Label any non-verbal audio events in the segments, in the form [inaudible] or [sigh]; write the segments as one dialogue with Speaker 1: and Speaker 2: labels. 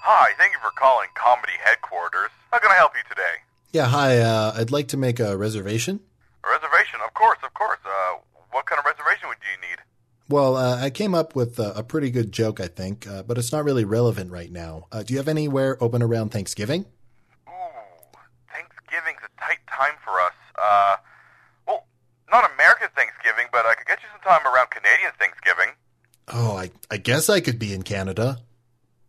Speaker 1: Hi, thank you for calling Comedy Headquarters. How can I help you today?
Speaker 2: Yeah, hi. Uh, I'd like to make a reservation.
Speaker 1: A reservation, of course, of course. Uh, what kind of reservation would you need?
Speaker 2: Well, uh, I came up with a, a pretty good joke, I think, uh, but it's not really relevant right now. Uh, do you have anywhere open around Thanksgiving?
Speaker 1: Ooh, Thanksgiving's a tight time for us. Uh, well, not American Thanksgiving, but I could get you some time around Canadian Thanksgiving.
Speaker 2: Oh, I, I guess I could be in Canada.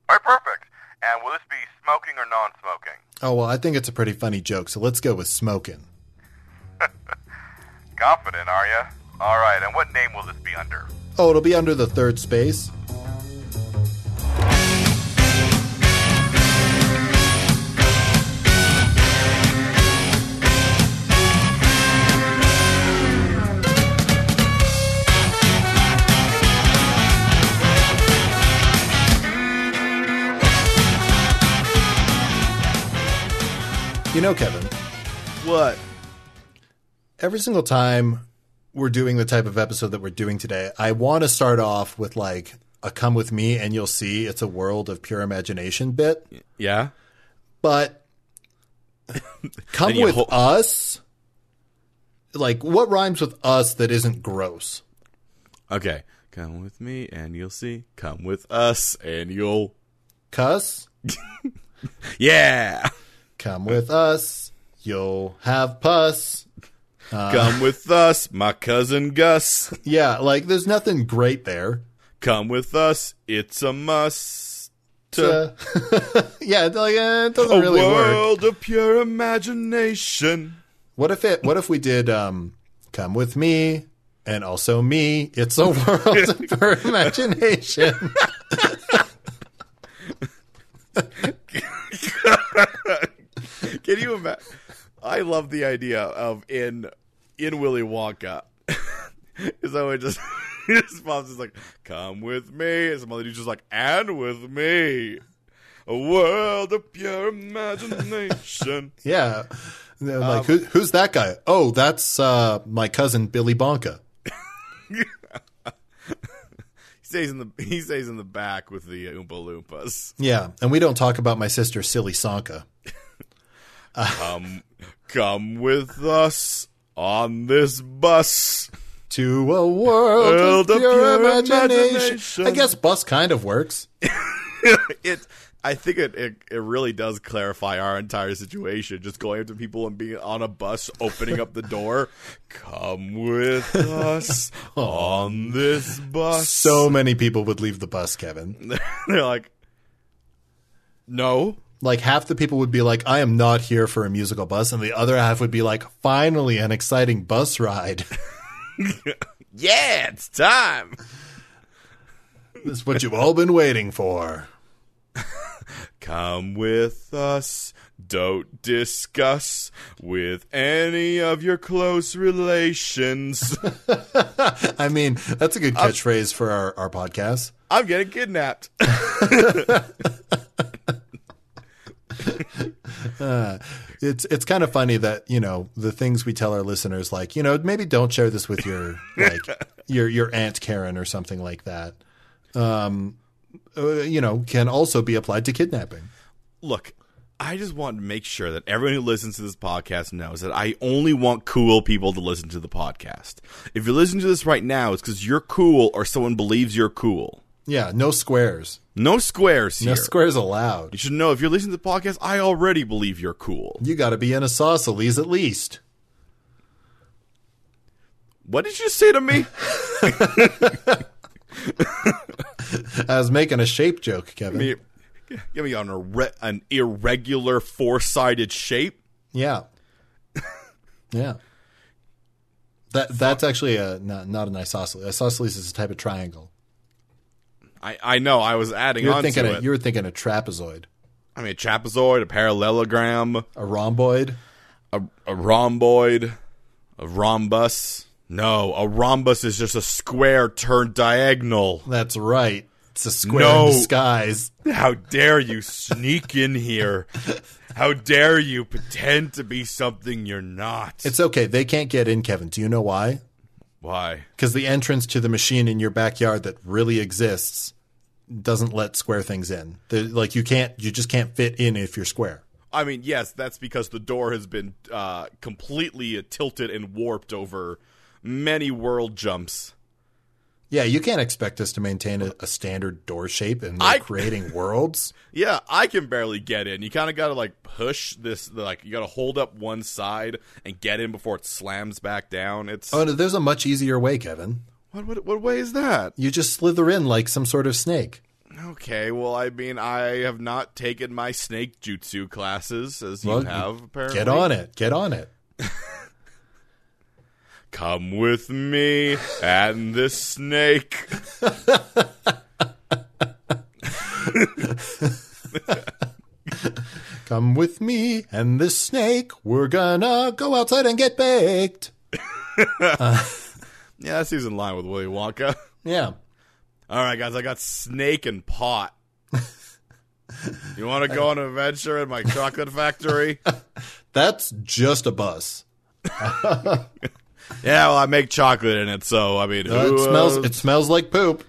Speaker 1: All right, perfect. And will this be smoking or non-smoking?
Speaker 2: Oh, well, I think it's a pretty funny joke, so let's go with smoking.
Speaker 1: Confident, are you? All right, and what name will this be under?
Speaker 2: Oh, it'll be under the third space. You know, Kevin,
Speaker 3: What?
Speaker 2: every single time we're doing the type of episode that we're doing today, I want to start off with like a come with me and you'll see it's a world of pure imagination bit.
Speaker 3: Yeah. [laughs]
Speaker 2: But come
Speaker 3: you
Speaker 2: with
Speaker 3: ho-
Speaker 2: us. Like, what rhymes with us that isn't gross?
Speaker 3: Okay. Come with me and you'll see. Come with us and you'll.
Speaker 2: Cuss?
Speaker 3: Yeah.
Speaker 2: Come with us. You'll have pus. Uh.
Speaker 3: Come with us, my cousin Gus.
Speaker 2: Yeah, like, there's nothing great there.
Speaker 3: Come with us. It's a must. To
Speaker 2: Uh, [laughs] yeah, it's like, eh, it doesn't
Speaker 3: a
Speaker 2: really work.
Speaker 3: world of pure imagination.
Speaker 2: What if it? What if we did? Um, come with me, and also me. It's a world of
Speaker 3: [laughs]
Speaker 2: her imagination. [laughs]
Speaker 3: Can you imagine? I love the idea of in in Willy Wonka. [laughs] Is that it just [laughs] it just pops is like, come with me. And some other dude's just like, and with me. A world of pure imagination.
Speaker 2: Yeah, And they're
Speaker 3: Um,
Speaker 2: like who, who's that guy? Oh, that's uh, my cousin Billy Bonka.
Speaker 3: he stays in the he stays in the back with the Oompa Loompas.
Speaker 2: Yeah, and we don't talk about my sister Silly Sanka.
Speaker 3: Come come with us on this bus.
Speaker 2: To a world,
Speaker 3: World
Speaker 2: of,
Speaker 3: of
Speaker 2: pure,
Speaker 3: pure
Speaker 2: imagination.
Speaker 3: imagination.
Speaker 2: I guess bus kind of works.
Speaker 3: it I think it, it it really does clarify our entire situation. Just going up to people and being on a bus, opening up the [laughs] door. Come with [laughs] us on this bus.
Speaker 2: So many people would leave the bus, Kevin.
Speaker 3: they're like, no.
Speaker 2: Like half the people would be like, "I am not here for a musical bus," and the other half would be like, "Finally, an exciting bus ride." [laughs]
Speaker 3: Yeah, it's time.
Speaker 2: This is what you've all been waiting for.
Speaker 3: Come with us. Don't discuss with any of your close relations. [laughs]
Speaker 2: I mean, that's a good catchphrase for our, our podcast.
Speaker 3: I'm getting kidnapped.
Speaker 2: It's it's kind of funny that, you know, the things we tell our listeners like, you know, maybe don't share this with [laughs] your like your your aunt Karen or something like that. Um uh, you know, can also be applied to kidnapping.
Speaker 3: look, I just want to make sure that everyone who listens to this podcast knows that I only want cool people to listen to the podcast. If you're listening to this right now, it's because you're cool or someone believes you're cool.
Speaker 2: Yeah, no squares.
Speaker 3: No squares
Speaker 2: No
Speaker 3: here.
Speaker 2: squares
Speaker 3: you
Speaker 2: allowed.
Speaker 3: should know if you're listening to the podcast, I already believe you're cool.
Speaker 2: You got to be in isosceles at least.
Speaker 3: What did you say
Speaker 2: [laughs]
Speaker 3: to me?
Speaker 2: I was making a shape joke, Kevin.
Speaker 3: Me- Give me an, irre- an irregular four sided shape. [laughs]
Speaker 2: Yeah. yeah. That that's actually a not not an isosceles. Isosceles is a type of triangle.
Speaker 3: I, I know. I was adding
Speaker 2: You're
Speaker 3: on
Speaker 2: thinking
Speaker 3: to
Speaker 2: a,
Speaker 3: it.
Speaker 2: you're thinking a trapezoid,
Speaker 3: I mean, a trapezoid, a parallelogram.
Speaker 2: a rhomboid.
Speaker 3: a, a rhomboid, a rhombus. No, a rhombus is just a square turned diagonal.
Speaker 2: That's right. It's a square
Speaker 3: No.
Speaker 2: in disguise.
Speaker 3: How dare you sneak in here? How dare you pretend to be something you're not?
Speaker 2: It's okay. They can't get in, Kevin. Do you know why?
Speaker 3: Why?
Speaker 2: Because the entrance to the machine in your backyard that really exists doesn't let square things in. They're, like you can't, you just can't fit in if you're square.
Speaker 3: I mean, yes, that's because the door has been uh, completely tilted and warped over many world jumps.
Speaker 2: Yeah, you can't expect us to maintain a, a standard door shape and
Speaker 3: I-
Speaker 2: like, creating worlds.
Speaker 3: Yeah, I can barely get in. You kind of got to like push this, like you got to hold up one side and get in before it slams back down. It's
Speaker 2: Oh, no, there's a much easier way, Kevin.
Speaker 3: what, what what way is that?
Speaker 2: You just slither in like some sort of snake.
Speaker 3: Okay, well, I mean, I have not taken my snake jutsu classes as
Speaker 2: Well,
Speaker 3: you have. Apparently,
Speaker 2: Get on it. Get on it.
Speaker 3: Come with me and this snake. [laughs]
Speaker 2: Come with me and this snake. We're gonna go outside and get baked.
Speaker 3: Yeah, that seems in line with Willy Wonka. [laughs]
Speaker 2: Yeah.
Speaker 3: All right, guys, I got snake and pot. You want to go on an adventure in my
Speaker 2: [laughs]
Speaker 3: chocolate factory?
Speaker 2: That's just a bus.
Speaker 3: Yeah, well, I make chocolate in it, so I mean,
Speaker 2: Uh,
Speaker 3: who,
Speaker 2: it smells
Speaker 3: uh,
Speaker 2: it smells like poop.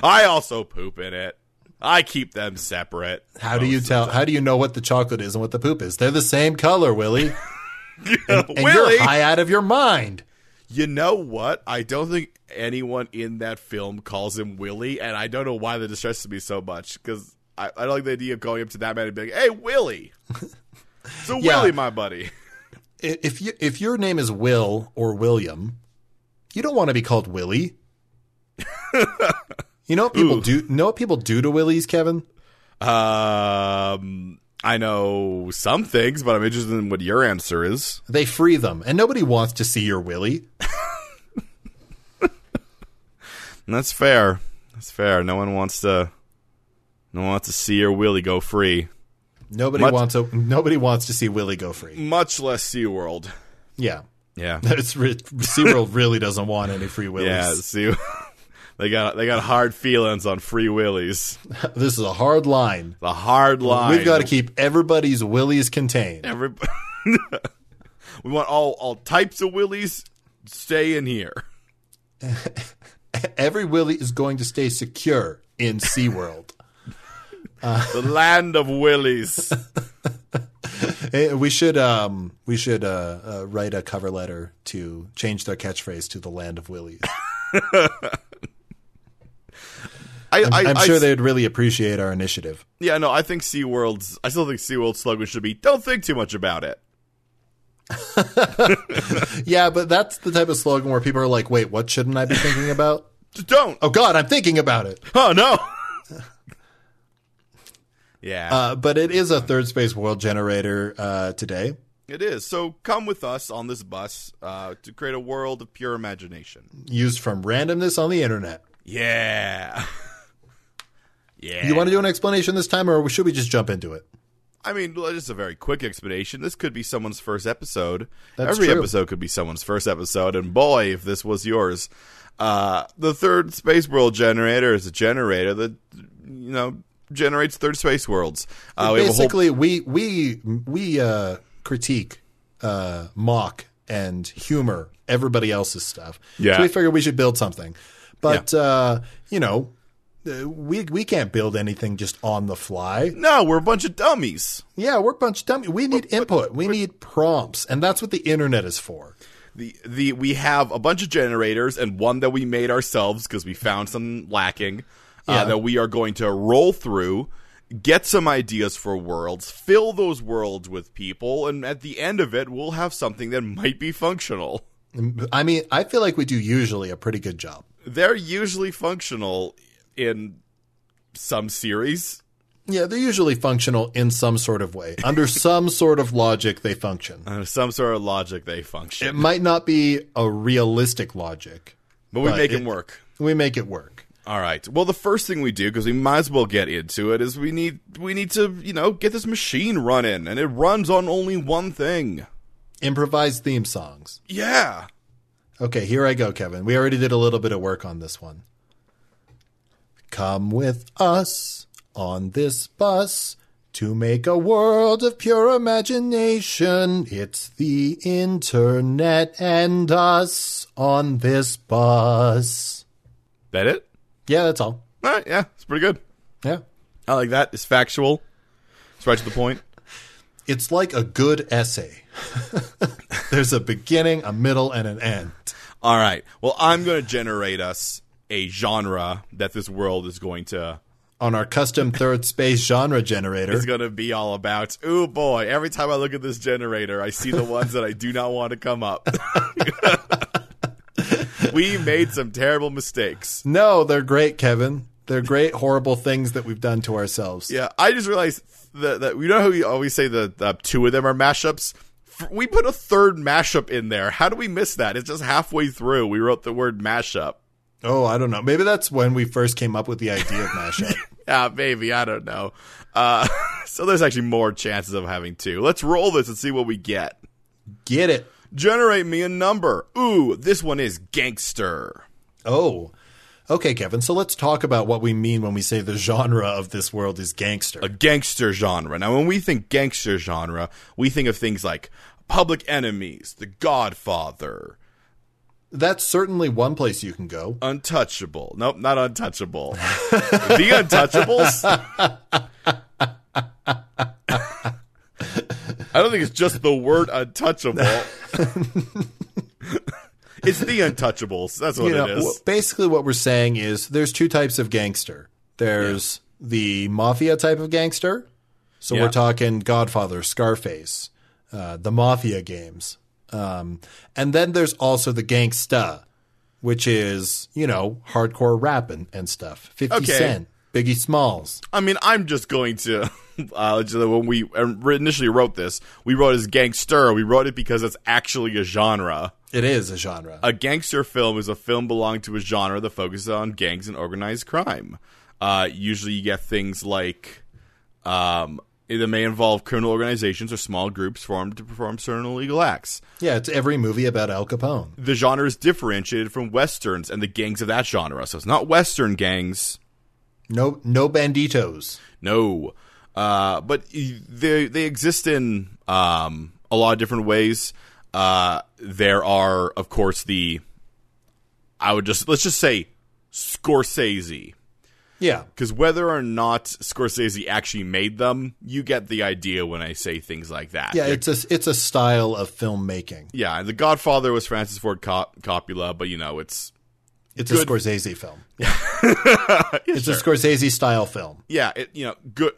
Speaker 3: I also poop in it. I keep them separate. [laughs]
Speaker 2: How do you tell how do you know what the chocolate is and what the poop is? They're the same color,
Speaker 3: [laughs]
Speaker 2: Willie. And
Speaker 3: Willie,
Speaker 2: you're high out of your mind.
Speaker 3: you know what? I don't think anyone in that film calls him Willie, and I don't know why that distresses me so much because I, I don't like the idea of going up to that man and being like, "Hey, Willie." So
Speaker 2: Yeah.
Speaker 3: Willie, my buddy.
Speaker 2: I- If you if your name is Will or William, you don't want to be called Willie. you know what people do know what people do to Willies, Kevin?
Speaker 3: Um, I know some things, but I'm interested in what your answer is.
Speaker 2: They free them, and nobody wants to see your Willie.
Speaker 3: And that's fair. That's fair. No one wants to. No one wants to see your Willie go free,
Speaker 2: Nobody
Speaker 3: Much-
Speaker 2: wants to nobody wants to see Willie go free.
Speaker 3: much less SeaWorld.
Speaker 2: Yeah.
Speaker 3: Yeah.
Speaker 2: It's re- SeaWorld really doesn't want any free willies.
Speaker 3: [laughs] Yeah, see, [laughs] they got they got hard feelings on free willies.
Speaker 2: This is a hard line.
Speaker 3: The hard line.
Speaker 2: We've got to keep everybody's willies contained.
Speaker 3: Every- [laughs] we want all all types of willies. Stay in here.
Speaker 2: Every willie is going to stay secure in SeaWorld.
Speaker 3: The land
Speaker 2: [laughs]
Speaker 3: of willies.
Speaker 2: Eh, we should um we should uh, uh, write a cover letter to change their catchphrase to the land of [laughs] willies.
Speaker 3: I,
Speaker 2: I'm,
Speaker 3: I,
Speaker 2: I'm
Speaker 3: I-
Speaker 2: sure they'd really appreciate our initiative.
Speaker 3: Yeah, no, I think SeaWorld's. I still think SeaWorld's slogan should be "Don't think too much about it."
Speaker 2: Yeah, but that's the type of slogan where people are like, "Wait, what shouldn't I be thinking about?"
Speaker 3: Just don't.
Speaker 2: [laughs]
Speaker 3: [laughs]
Speaker 2: Oh God, I'm thinking about it.
Speaker 3: Oh no. [laughs] yeah,
Speaker 2: Uh, but it is a third space world generator uh, today.
Speaker 3: it is. So come with us on this bus uh, to create a world of pure imagination.
Speaker 2: used from randomness on the internet.
Speaker 3: Yeah. [laughs] yeah.
Speaker 2: You want to do an explanation this time, or should we just jump into it?
Speaker 3: I mean, well, just a very quick explanation. This could be someone's first episode.
Speaker 2: That's
Speaker 3: Every
Speaker 2: true.
Speaker 3: episode could be someone's first episode, and boy, if this was yours. Uh, the third space world generator is a generator that you know generates third space worlds. Uh, we have a whole
Speaker 2: Basically, we we we uh, critique, uh, mock, and humor everybody else's stuff.
Speaker 3: Yeah.
Speaker 2: So we figured we should build something, but uh, you know, uh, we we can't build anything just on the fly.
Speaker 3: no, we're a bunch of dummies.
Speaker 2: Yeah, we're a bunch of dummy. We need input. We need prompts, and that's what the internet is for.
Speaker 3: The the we have a bunch of generators and one that we made ourselves because we found some lacking uh, that we are going to roll through, get some ideas for worlds, fill those worlds with people, and at the end of it, we'll have something that might be functional.
Speaker 2: Mm, I mean, I feel like we do usually a pretty good job.
Speaker 3: They're usually functional in some series.
Speaker 2: Yeah, they're usually functional in some sort of way. Under [laughs] some sort of logic, they function.
Speaker 3: Uh, some sort of logic they
Speaker 2: It
Speaker 3: function,
Speaker 2: might not be a realistic logic.
Speaker 3: but we
Speaker 2: but
Speaker 3: make
Speaker 2: it-
Speaker 3: it work.
Speaker 2: We make it work.
Speaker 3: All right. Well, the first thing we do because we might as well get into it is we need we need to you know get this machine running, and it runs on only one thing.
Speaker 2: Improvised theme songs.
Speaker 3: Yeah.
Speaker 2: Okay, here I go, Kevin. We already did a little bit of work on this one. Come with us on this bus to make a world of pure imagination. It's the internet and us on this bus.
Speaker 3: That it?
Speaker 2: Yeah, that's all.
Speaker 3: All right, yeah, it's pretty good.
Speaker 2: Yeah.
Speaker 3: I like that. It's factual. It's right to the point.
Speaker 2: It's like a good essay. [laughs] There's a beginning, a middle, and an end.
Speaker 3: All right. Well, I'm going to generate us a genre that this world is going to
Speaker 2: On our custom third space genre generator,
Speaker 3: is going to be all about. Ooh boy, every time I look at this generator, I see the ones that I do not want to come up. [laughs] we made some terrible mistakes.
Speaker 2: no, they're great, Kevin. They're great, horrible things that we've done to ourselves.
Speaker 3: Yeah, I just realized that, that you know how we always say that uh, two of them are mashups. F- We put a third mashup in there. How do we miss that? It's just halfway through. We wrote the word mashup.
Speaker 2: Oh, I don't know. Maybe that's when we first came up with the idea of mashup.
Speaker 3: Yeah, maybe. Ah, I don't know. Uh, [laughs] so there's actually more chances of having two. Let's roll this and see what we get.
Speaker 2: [laughs] Get it.
Speaker 3: Generate me a number. Ooh, this one is gangster.
Speaker 2: Oh. Okay, Kevin. So let's talk about what we mean when we say the genre of this world is gangster.
Speaker 3: A gangster genre. Now, when we think gangster genre, we think of things like Public Enemies, The Godfather,
Speaker 2: That's certainly one place you can go.
Speaker 3: Untouchable. Nope, not untouchable. [laughs] the Untouchables? I don't think it's just the word untouchable. [laughs] it's the untouchables. That's what
Speaker 2: You know,
Speaker 3: it is.
Speaker 2: w- basically what we're saying is there's two types of gangster. There's the mafia type of gangster. So
Speaker 3: Yeah.
Speaker 2: we're talking Godfather, Scarface, uh, the mafia games. Um, and then there's also the gangsta, which is, you know, hardcore rap and, and stuff. 50
Speaker 3: Okay.
Speaker 2: Cent, Biggie Smalls.
Speaker 3: I mean, I'm just going to. [laughs] Uh, just when we initially wrote this, we wrote it as gangster. We wrote it because it's actually a genre.
Speaker 2: It is a genre.
Speaker 3: A gangster film is a film belonging to a genre that focuses on gangs and organized crime. Uh, usually, you get things like um, that may involve criminal organizations or small groups formed to perform certain illegal acts.
Speaker 2: yeah, it's every movie about Al Capone.
Speaker 3: The genre is differentiated from westerns and the gangs of that genre. So it's not western gangs.
Speaker 2: No, no banditos.
Speaker 3: No. Uh, but y- they they exist in um, a lot of different ways. Uh, there are, of course, the I would just let's just say Scorsese,
Speaker 2: Yeah,
Speaker 3: because whether or not Scorsese actually made them, you get the idea when I say things like that.
Speaker 2: yeah. It's a it's a style of filmmaking.
Speaker 3: yeah. The Godfather was Francis Ford Cop- Coppola, but you know it's
Speaker 2: It's
Speaker 3: Good.
Speaker 2: a Scorsese film. it's a Scorsese style film.
Speaker 3: yeah, it, you know, good.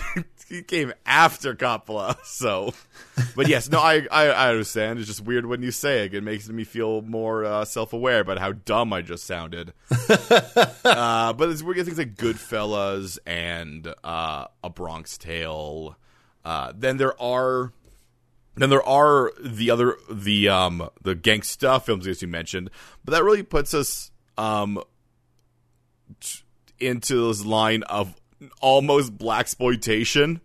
Speaker 3: [laughs] he came after Coppola, [laughs] so. But yes, no, I, I I understand. It's just weird when you say it. It makes me feel more uh, self aware about how dumb I just sounded. uh, but it's, we're getting things like Goodfellas and uh, A Bronx Tale. Uh, then there are. Then there are the other the um the gangsta films as you mentioned, but that really puts us um into this line of almost black exploitation.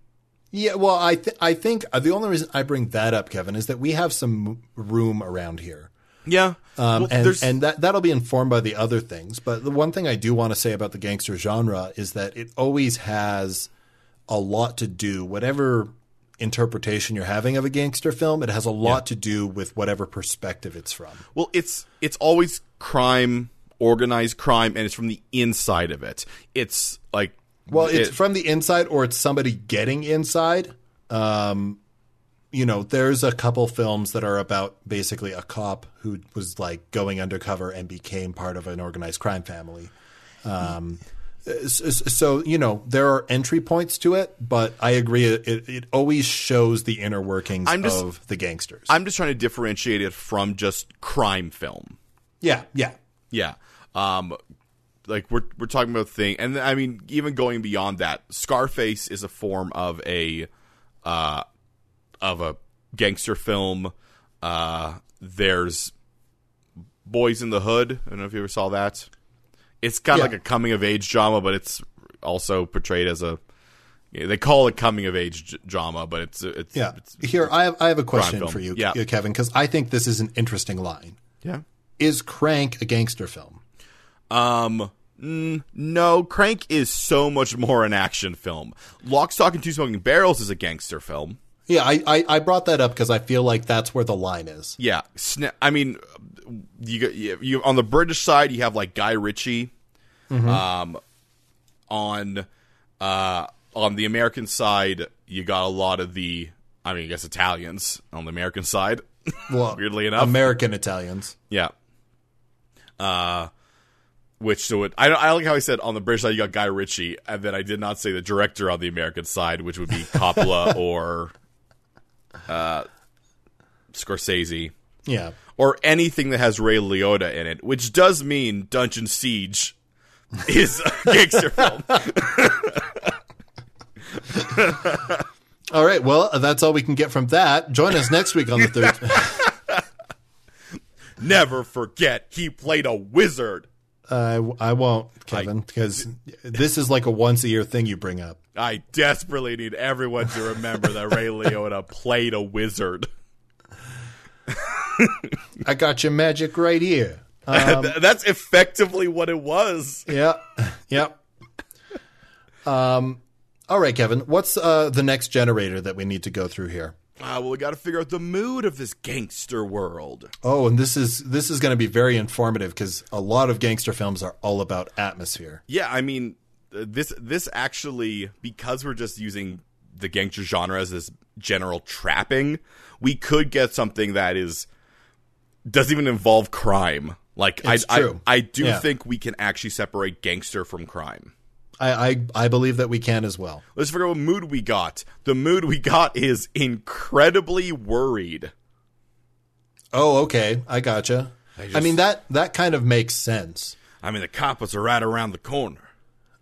Speaker 2: Yeah, well, I th- I think uh, the only reason I bring that up, Kevin, is that we have some room around here,
Speaker 3: Yeah,
Speaker 2: um,
Speaker 3: Well,
Speaker 2: and
Speaker 3: there's-
Speaker 2: and that that'll be informed by the other things. But the one thing I do want to say about the gangster genre is that it always has a lot to do whatever interpretation you're having of a gangster film. It has a lot to do with whatever perspective it's from.
Speaker 3: well, it's it's always crime, organized crime, and it's from the inside of it. It's like
Speaker 2: Well, it's
Speaker 3: it-
Speaker 2: from the inside, or it's somebody getting inside. Um, you know, there's a couple films that are about basically a cop who was like going undercover and became part of an organized crime family. Um, s- s- so you know there are entry points to it, but I agree it, it always shows the inner workings
Speaker 3: I'm just-
Speaker 2: of the gangsters.
Speaker 3: I'm just trying to differentiate it from just crime film.
Speaker 2: yeah, yeah,
Speaker 3: Yeah. Um like we're we're talking about thing and I mean even going beyond that, Scarface is a form of a uh of a gangster film. Uh there's Boys in the Hood. I don't know if you ever saw that. It's kind
Speaker 2: Yeah.
Speaker 3: of like a coming of age drama, but it's also portrayed as a yeah, they call it coming of age j- drama, but it's it's
Speaker 2: yeah.
Speaker 3: it's,
Speaker 2: Here, I have I have a question
Speaker 3: film.
Speaker 2: for you,
Speaker 3: Yeah.
Speaker 2: Kevin, because I think this is an interesting line.
Speaker 3: yeah.
Speaker 2: Is Crank a gangster film?
Speaker 3: Um, mm, no, Crank is so much more an action film. Lock, Stock, and Two Smoking Barrels is a gangster film.
Speaker 2: Yeah, I, I, I brought that up because I feel like that's where the line is.
Speaker 3: Yeah, sna- I mean, you, got- you you on the British side, you have like Guy Ritchie, Um, on uh, on the American side, you got a lot of the, I mean, I guess Italians on the American side.
Speaker 2: Well,
Speaker 3: Weirdly enough.
Speaker 2: American Italians.
Speaker 3: yeah. Uh, which so it, I I like how I said on the British side you got Guy Ritchie, and then I did not say the director on the American side, which would be Coppola or uh, Scorsese
Speaker 2: Yeah.
Speaker 3: or anything that has Ray Liotta in it, which does mean Dungeon Siege is a [laughs] gangster film.
Speaker 2: All right. Well, that's all we can get from that. Join us next week on the
Speaker 3: [laughs]
Speaker 2: third.
Speaker 3: Never forget he played a wizard.
Speaker 2: I, [laughs] I won't, Kevin, because this is like a once a year thing you bring up.
Speaker 3: I desperately need everyone to remember that Ray Liotta played a wizard.
Speaker 2: I got your magic right here. Um,
Speaker 3: Th- [laughs] That's effectively what it was.
Speaker 2: Yeah. Yep. Um, all right, Kevin. What's uh, the next generator that we need to go through here?
Speaker 3: Ah, well, we got to figure out the mood of this gangster world.
Speaker 2: Oh, and this is this is going to be very informative because a lot of gangster films are all about atmosphere.
Speaker 3: Yeah, I mean, uh, this this actually because we're just using the gangster genre as this general trapping, we could get something that is doesn't even involve crime. Like
Speaker 2: It's
Speaker 3: I,
Speaker 2: true.
Speaker 3: I I do
Speaker 2: Yeah.
Speaker 3: think we can actually separate gangster from crime.
Speaker 2: I I, I believe that we can as well.
Speaker 3: Let's figure out what mood we got. The mood we got is incredibly worried.
Speaker 2: Oh, okay. I gotcha. I,
Speaker 3: just-
Speaker 2: mean that that kind of makes sense.
Speaker 3: I mean, the coppers are right around the corner.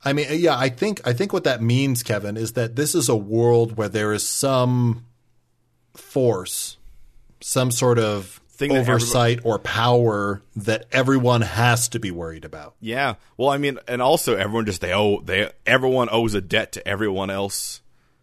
Speaker 2: I mean, uh, yeah, I think I think what that means, Kevin, is that this is a world where there is some force, some sort of
Speaker 3: Thing that everybody-
Speaker 2: oversight or power that everyone has to be worried about.
Speaker 3: Yeah. Well, I mean, and also everyone just they owe they everyone owes a debt to everyone else.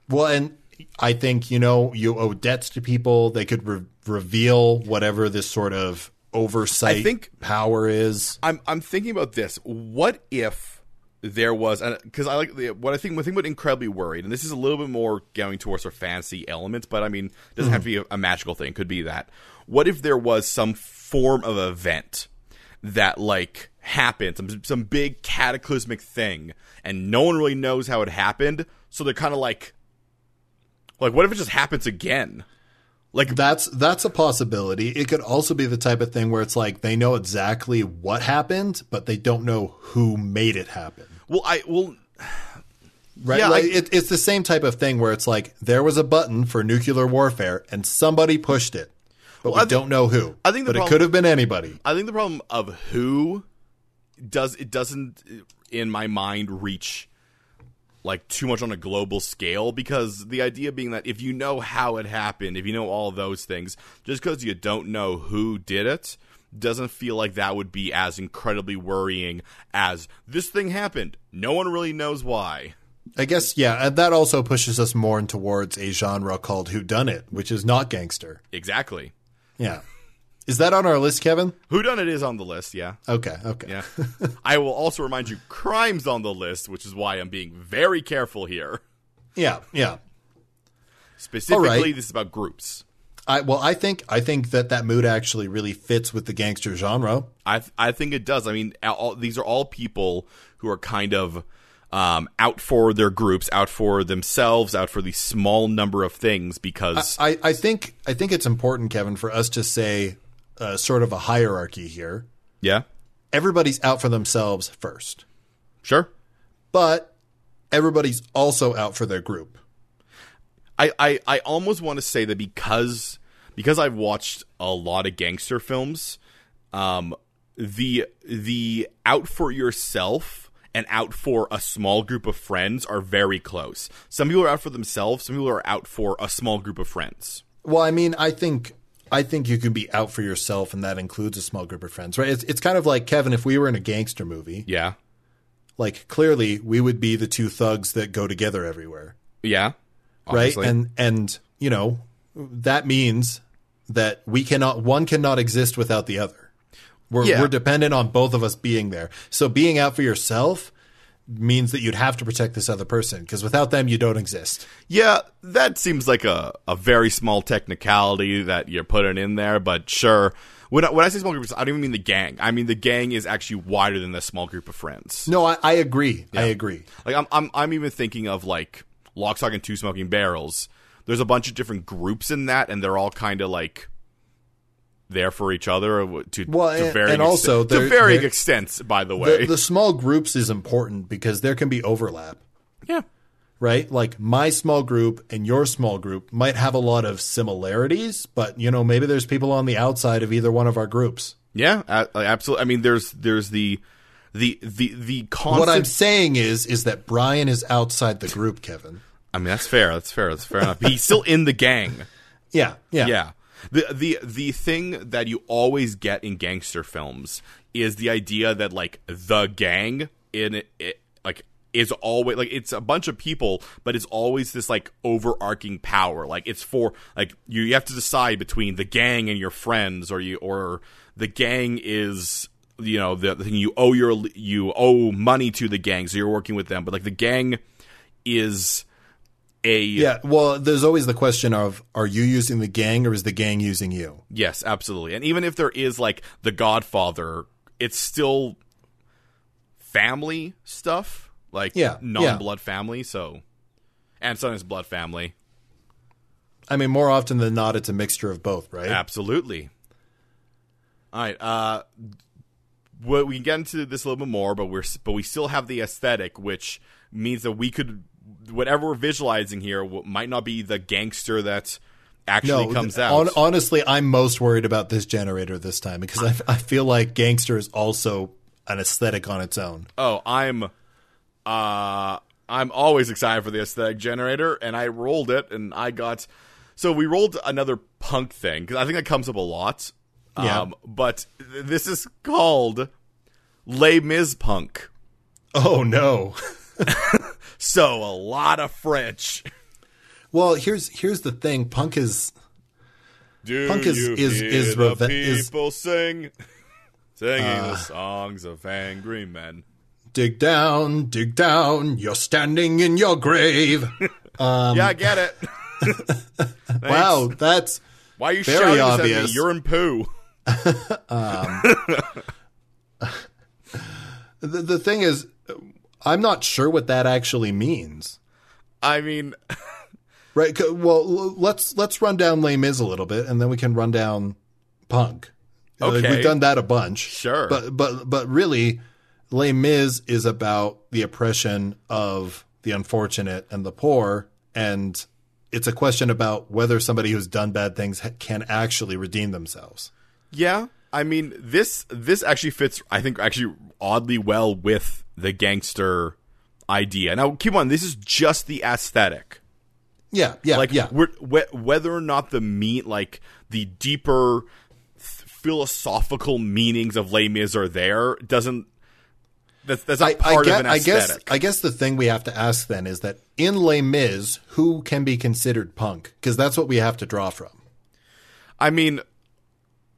Speaker 2: Well, and I think you know you owe debts to people. They could re- reveal whatever this sort of oversight
Speaker 3: I think-
Speaker 2: power is.
Speaker 3: I'm I'm thinking about this. What if there was because I like the, what I think. One thing about incredibly worried, and this is a little bit more going towards our fancy elements, but I mean, it doesn't have to be a, a magical thing. It could be that. What if there was some form of event that like happened, some some big cataclysmic thing, and no one really knows how it happened, so they're kind of like, like what if it just happens again? Like
Speaker 2: That's that's a possibility. It could also be the type of thing where it's like they know exactly what happened, but they don't know who made it happen.
Speaker 3: well, I well
Speaker 2: Right?
Speaker 3: Yeah,
Speaker 2: like,
Speaker 3: I-
Speaker 2: it, it's the same type of thing where it's like there was a button for nuclear warfare and somebody pushed it, but we
Speaker 3: I thi-
Speaker 2: don't know who.
Speaker 3: I think the
Speaker 2: but
Speaker 3: problem-
Speaker 2: it could have been anybody.
Speaker 3: I think the problem of who does it doesn't in my mind reach like too much on a global scale because the idea being that if you know how it happened, if you know all those things, just because you don't know who did it doesn't feel like that would be as incredibly worrying as this thing happened. No one really knows why.
Speaker 2: I guess yeah, and that also pushes us more towards a genre called Who Done It, which is not gangster.
Speaker 3: Exactly.
Speaker 2: Yeah. Is that on our list, Kevin?
Speaker 3: Who done it is on the list, yeah.
Speaker 2: Okay, okay.
Speaker 3: Yeah. I will also remind you crimes on the list, which is why I'm being very careful here.
Speaker 2: Yeah, yeah.
Speaker 3: Specifically,
Speaker 2: All right.
Speaker 3: this is about groups.
Speaker 2: I well, I think I think that that mood actually really fits with the gangster genre.
Speaker 3: I th- I think it does. I mean, all, these are all people who are kind of um, out for their groups, out for themselves, out for the small number of things because
Speaker 2: I, I think I think it's important, Kevin, for us to say uh, sort of a hierarchy here.
Speaker 3: yeah,
Speaker 2: Everybody's out for themselves first,
Speaker 3: sure.
Speaker 2: but everybody's also out for their group.
Speaker 3: I, I, I almost want to say that because because I've watched a lot of gangster films, um, the the out for yourself and out for a small group of friends are very close. Some people are out for themselves. Some people are out for a small group of friends.
Speaker 2: Well, I mean, I think I think you can be out for yourself, and that includes a small group of friends, right? It's it's kind of like Kevin, if we were in a gangster movie,
Speaker 3: Yeah,
Speaker 2: like clearly we would be the two thugs that go together everywhere.
Speaker 3: yeah, Obviously.
Speaker 2: right and and you know that means that we cannot one cannot exist without the other we're,
Speaker 3: Yeah.
Speaker 2: we're dependent on both of us being there so being out for yourself means that you'd have to protect this other person because without them you don't exist
Speaker 3: Yeah, that seems like a, a very small technicality that you're putting in there, but sure. When I, when I say small group, I don't even mean the gang. I mean the gang is actually wider than the small group of friends.
Speaker 2: No, I, I agree. I agree.
Speaker 3: Like I'm, I'm, I'm even thinking of like Lockstock and Two Smoking Barrels. There's a bunch of different groups in that, and they're all kind of like there for each other to to
Speaker 2: Well, and-
Speaker 3: varying
Speaker 2: and also
Speaker 3: extent- to
Speaker 2: they're-
Speaker 3: varying
Speaker 2: they're-
Speaker 3: extents, by the way.
Speaker 2: The, the small groups is important because there can be overlap,
Speaker 3: yeah,
Speaker 2: right? Like my small group and your small group might have a lot of similarities, but you know maybe there's people on the outside of either one of our groups.
Speaker 3: yeah, absolutely. I mean, there's there's the the the the constant.
Speaker 2: What I'm saying is is that Brian is outside the group, Kevin.
Speaker 3: I mean, that's fair. That's fair. That's fair enough. But he's still in the gang.
Speaker 2: Yeah, yeah,
Speaker 3: Yeah. The the the thing that you always get in gangster films is the idea that like the gang in it, it like is always like it's a bunch of people but it's always this like overarching power like it's for like you, you have to decide between the gang and your friends or you or the gang is you know the, the thing you owe your you owe money to the gang so you're working with them but like the gang is a
Speaker 2: Yeah, well, there's always the question of are you using the gang or is the gang using you?
Speaker 3: Yes, absolutely. And even if there is like the Godfather, it's still family stuff, like
Speaker 2: Yeah, yeah.
Speaker 3: non-blood family. So, and sometimes blood family.
Speaker 2: I mean, more often than not, it's a mixture of both, right?
Speaker 3: Absolutely. All right. Uh, we we can get into this a little bit more, but we're s- but we still have the aesthetic, which means that we could whatever we're visualizing here w- might not be the gangster that actually
Speaker 2: No,
Speaker 3: comes
Speaker 2: th-
Speaker 3: out.
Speaker 2: hon- honestly, I'm most worried about this generator this time because I, I feel like gangster is also an aesthetic on its own.
Speaker 3: Oh, I'm uh I'm always excited for the aesthetic generator and I rolled it and I got so we rolled another punk thing cuz I think that comes up a lot. Um,
Speaker 2: Yeah.
Speaker 3: but th- this is called Les Mis punk.
Speaker 2: Oh no.
Speaker 3: So a lot of French.
Speaker 2: Well, here's here's the thing. Punk is
Speaker 3: Do
Speaker 2: Punk is-
Speaker 3: you
Speaker 2: is-
Speaker 3: hear
Speaker 2: is
Speaker 3: the
Speaker 2: reve- is- Uh.
Speaker 3: people sing [laughs] singing the songs of angry men?
Speaker 2: dig down, dig down. You're standing in your [laughs] grave. Um,
Speaker 3: yeah, I
Speaker 2: [laughs]
Speaker 3: get it. Thanks.
Speaker 2: wow, that's
Speaker 3: Why are you
Speaker 2: Very
Speaker 3: shouting this at me?
Speaker 2: obvious.
Speaker 3: You're in poo.
Speaker 2: the, the thing is. I'm not sure what that actually means.
Speaker 3: I mean,
Speaker 2: Right. c- Well, l- let's let's run down Les Mis a little bit, and then we can run down punk. Like,
Speaker 3: Okay.
Speaker 2: we've done that a bunch.
Speaker 3: Sure.
Speaker 2: But but but really, Les Mis is about the oppression of the unfortunate and the poor, and it's a question about whether somebody who's done bad things ha- can actually redeem themselves.
Speaker 3: Yeah, I mean this this actually fits. I think actually oddly well with the gangster idea. Now, keep on. This is just the aesthetic.
Speaker 2: Yeah. Yeah.
Speaker 3: Like,
Speaker 2: yeah.
Speaker 3: we're, wh- whether or not the meat, like the deeper th- philosophical meanings of Les Mis are there, doesn't. That's that's not
Speaker 2: I, I,
Speaker 3: part
Speaker 2: guess,
Speaker 3: of an
Speaker 2: I
Speaker 3: aesthetic.
Speaker 2: guess I guess the thing we have to ask then is that in Les Mis, who can be considered punk? Because that's what we have to draw from.
Speaker 3: I mean,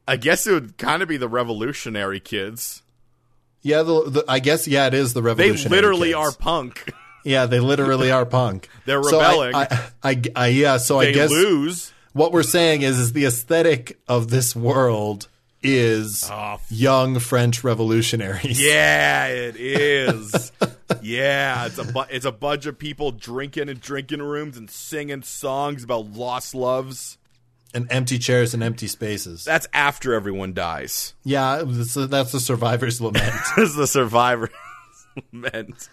Speaker 3: I guess it would kind of be the revolutionary kids.
Speaker 2: Yeah, the, the, I guess yeah, it is the
Speaker 3: They
Speaker 2: revolution.
Speaker 3: literally are punk.
Speaker 2: [laughs] Yeah, they literally are punk.
Speaker 3: [laughs] They're
Speaker 2: So I-
Speaker 3: rebelling.
Speaker 2: I, I, I- yeah. So I
Speaker 3: They
Speaker 2: guess
Speaker 3: lose.
Speaker 2: what we're saying is, is the aesthetic of this world is
Speaker 3: Oh, f-
Speaker 2: young French revolutionaries.
Speaker 3: Yeah, it is. yeah, it's a bu- it's a bunch of people drinking in drinking rooms and singing songs about lost loves.
Speaker 2: and empty chairs and empty spaces.
Speaker 3: That's after everyone dies. [laughs]
Speaker 2: yeah, that's, that's the survivor's lament.
Speaker 3: This is the survivor [laughs] meant.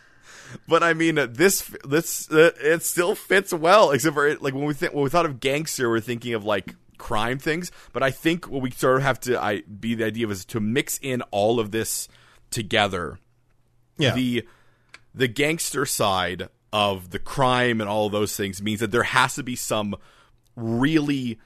Speaker 3: But I mean, uh, this f- this uh, it still fits well, except for it, like when we think when we thought of gangster, we're thinking of like crime things. But I think what we sort of have to I be the idea was to mix in all of this together
Speaker 2: Yeah,
Speaker 3: the the gangster side of the crime and all those things means that there has to be some really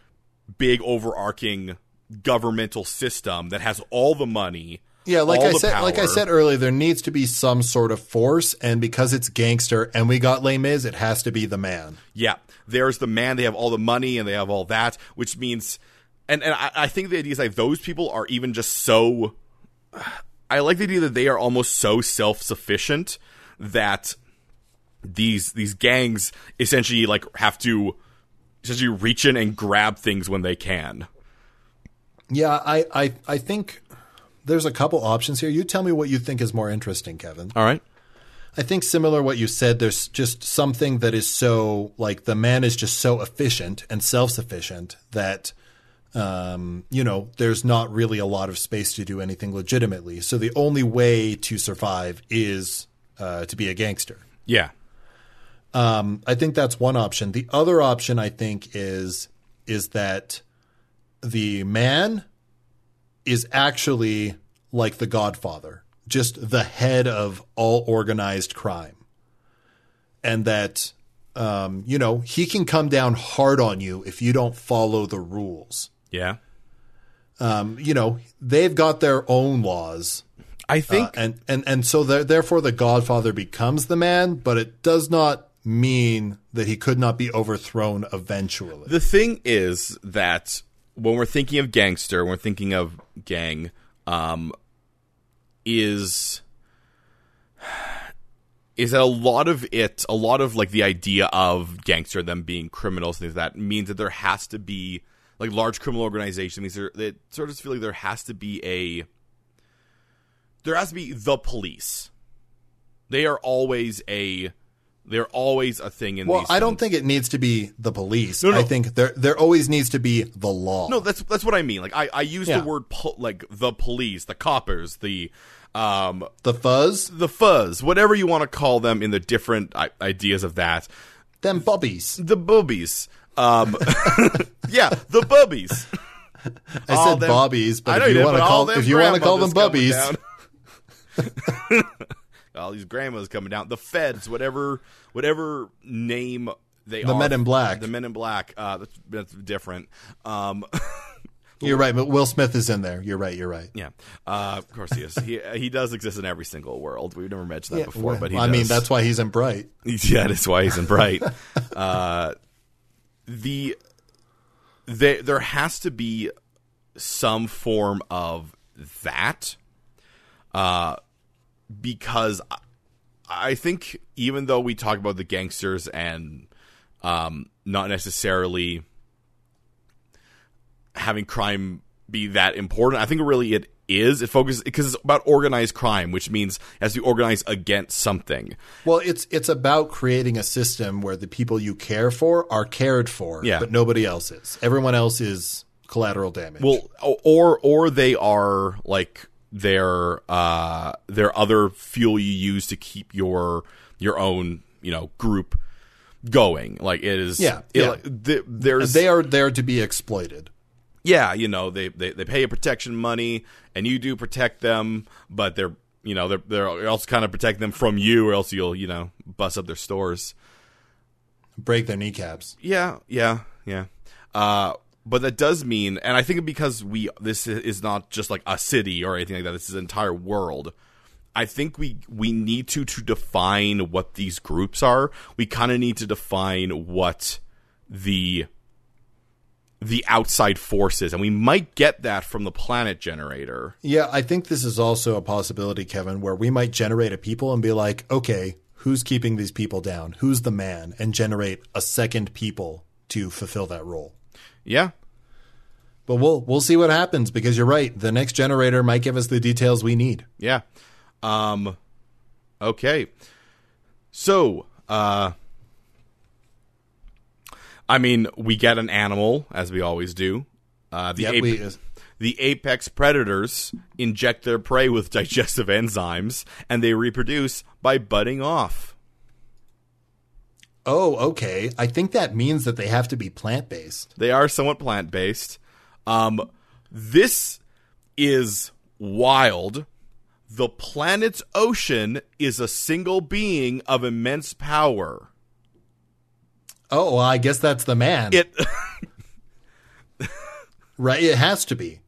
Speaker 3: big overarching governmental system that has all the money.
Speaker 2: yeah. Like
Speaker 3: all
Speaker 2: I
Speaker 3: the
Speaker 2: said, like I
Speaker 3: power.
Speaker 2: said earlier, there needs to be some sort of force, and because it's gangster, and we got Les Mis, it has to be the man.
Speaker 3: Yeah, there's the man. They have all the money and they have all that, which means, and and I, I think the idea is like those people are even just so. I like the idea that they are almost so self sufficient that these these gangs essentially like have to essentially reach in and grab things when they can.
Speaker 2: Yeah, I, I, I think there's a couple options here. You tell me what you think is more interesting, Kevin.
Speaker 3: All right.
Speaker 2: I think similar what you said. There's just something that is so like the man is just so efficient and self sufficient that um, you know there's not really a lot of space to do anything legitimately. So the only way to survive is uh, to be a gangster.
Speaker 3: Yeah.
Speaker 2: Um, I think that's one option. The other option I think is is that the man is actually like the Godfather, just the head of all organized crime, and that um, you know he can come down hard on you if you don't follow the rules.
Speaker 3: Yeah.
Speaker 2: Um, you know they've got their own laws
Speaker 3: I think
Speaker 2: uh, and and and so there, therefore the Godfather becomes the man, but it does not mean that he could not be overthrown eventually.
Speaker 3: the thing is that when we're thinking of gangster, when we're thinking of gang, um, is is that a lot of it, a lot of like the idea of gangster, them being criminals, things like that means that there has to be like large criminal organization means there, it sort of feel like there has to be a there has to be the police. They are always a they're always a thing in
Speaker 2: well,
Speaker 3: these
Speaker 2: I don't
Speaker 3: things.
Speaker 2: think it needs to be the police.
Speaker 3: no.
Speaker 2: I think there there always needs to be the law.
Speaker 3: No, that's that's what I mean. Like I I use
Speaker 2: Yeah.
Speaker 3: the word po- like the police, the coppers, the um
Speaker 2: the fuzz,
Speaker 3: the fuzz, whatever you want to call them in the different I- ideas of that.
Speaker 2: them bobbies.
Speaker 3: The boobies. Um [laughs] yeah, the boobies.
Speaker 2: I
Speaker 3: All
Speaker 2: said
Speaker 3: them-
Speaker 2: bobbies,
Speaker 3: I
Speaker 2: but
Speaker 3: know
Speaker 2: if you
Speaker 3: did,
Speaker 2: want to
Speaker 3: but all
Speaker 2: call
Speaker 3: them
Speaker 2: if you want to call them
Speaker 3: grandmothers
Speaker 2: bobbies,
Speaker 3: coming down. [laughs] all these grandmas coming down. The feds, whatever whatever name they
Speaker 2: The
Speaker 3: are.
Speaker 2: Men in Black.
Speaker 3: The men in black. Uh that's, that's different. Um
Speaker 2: you're right. But Will Smith is in there. You're right. You're right.
Speaker 3: Yeah, uh, of course he is. he he does exist in every single world. We've never mentioned that before,
Speaker 2: Well,
Speaker 3: but he
Speaker 2: I
Speaker 3: does.
Speaker 2: mean, that's why he's in Bright.
Speaker 3: yeah, that's why he's in Bright. uh, the there there has to be some form of that, uh, because I, I think even though we talk about the gangsters and um, not necessarily having crime be that important. I think really it is. It focuses because it's about organized crime, which means it has to be organized against something.
Speaker 2: Well, it's it's about creating a system where the people you care for are cared for,
Speaker 3: Yeah.
Speaker 2: but nobody else is. Everyone else is collateral damage.
Speaker 3: Well, o- or or they are like their uh their other fuel you use to keep your your own you know group going. Like it is.
Speaker 2: Yeah,
Speaker 3: it-
Speaker 2: yeah.
Speaker 3: like, th- there's
Speaker 2: they are there to be exploited.
Speaker 3: yeah, you know, they, they, they pay you protection money and you do protect them, but they're you know, they're they're also kind of protecting them from you or else you'll, you know, bust up their stores.
Speaker 2: Break their kneecaps.
Speaker 3: Yeah, yeah, yeah. Uh but that does mean and I think because we this i- is not just like a city or anything like that, this is an entire world. I think we we need to to define what these groups are. We kind of need to define what the the outside forces and we might get that from the planet generator.
Speaker 2: Yeah, I think this is also a possibility, Kevin, where we might generate a people and be like, okay, who's keeping these people down? Who's the man? And generate a second people to fulfill that role.
Speaker 3: Yeah.
Speaker 2: But we'll we'll see what happens because you're right. The next generator might give us the details we need.
Speaker 3: Yeah. Um okay. So, uh I mean, we get an animal as we always do. Uh the
Speaker 2: Yeah,
Speaker 3: ape-
Speaker 2: we,
Speaker 3: the apex predators inject their prey with [laughs] digestive enzymes and they reproduce by budding off.
Speaker 2: oh, okay. I think that means that they have to be plant based.
Speaker 3: They are somewhat plant based. Um, this is wild. The planet's ocean is a single being of immense power.
Speaker 2: Oh, well, I guess that's the man.
Speaker 3: It, [laughs]
Speaker 2: right? It has to be.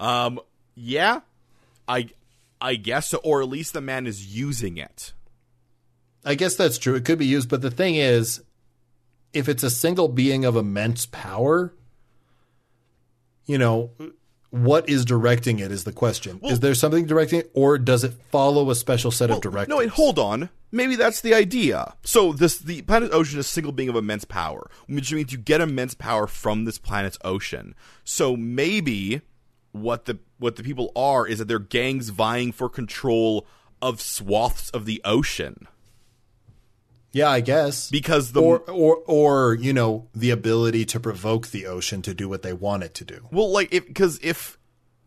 Speaker 3: um, yeah, I, I guess, so, or at least the man is using it.
Speaker 2: I guess that's true. It could be used, but the thing is, if it's a single being of immense power, you know, what is directing it is the question. is there something directing it, or does it follow a special set of directives?
Speaker 3: No, wait, hold on. Maybe that's the idea. So this the planet ocean is a single being of immense power, which means you get immense power from this planet's ocean. So maybe what the what the people are is that they're gangs vying for control of swaths of the ocean
Speaker 2: Yeah, I guess.
Speaker 3: because the
Speaker 2: or, or, or, you know, the ability to provoke the ocean to do what they want it to do.
Speaker 3: well like if because if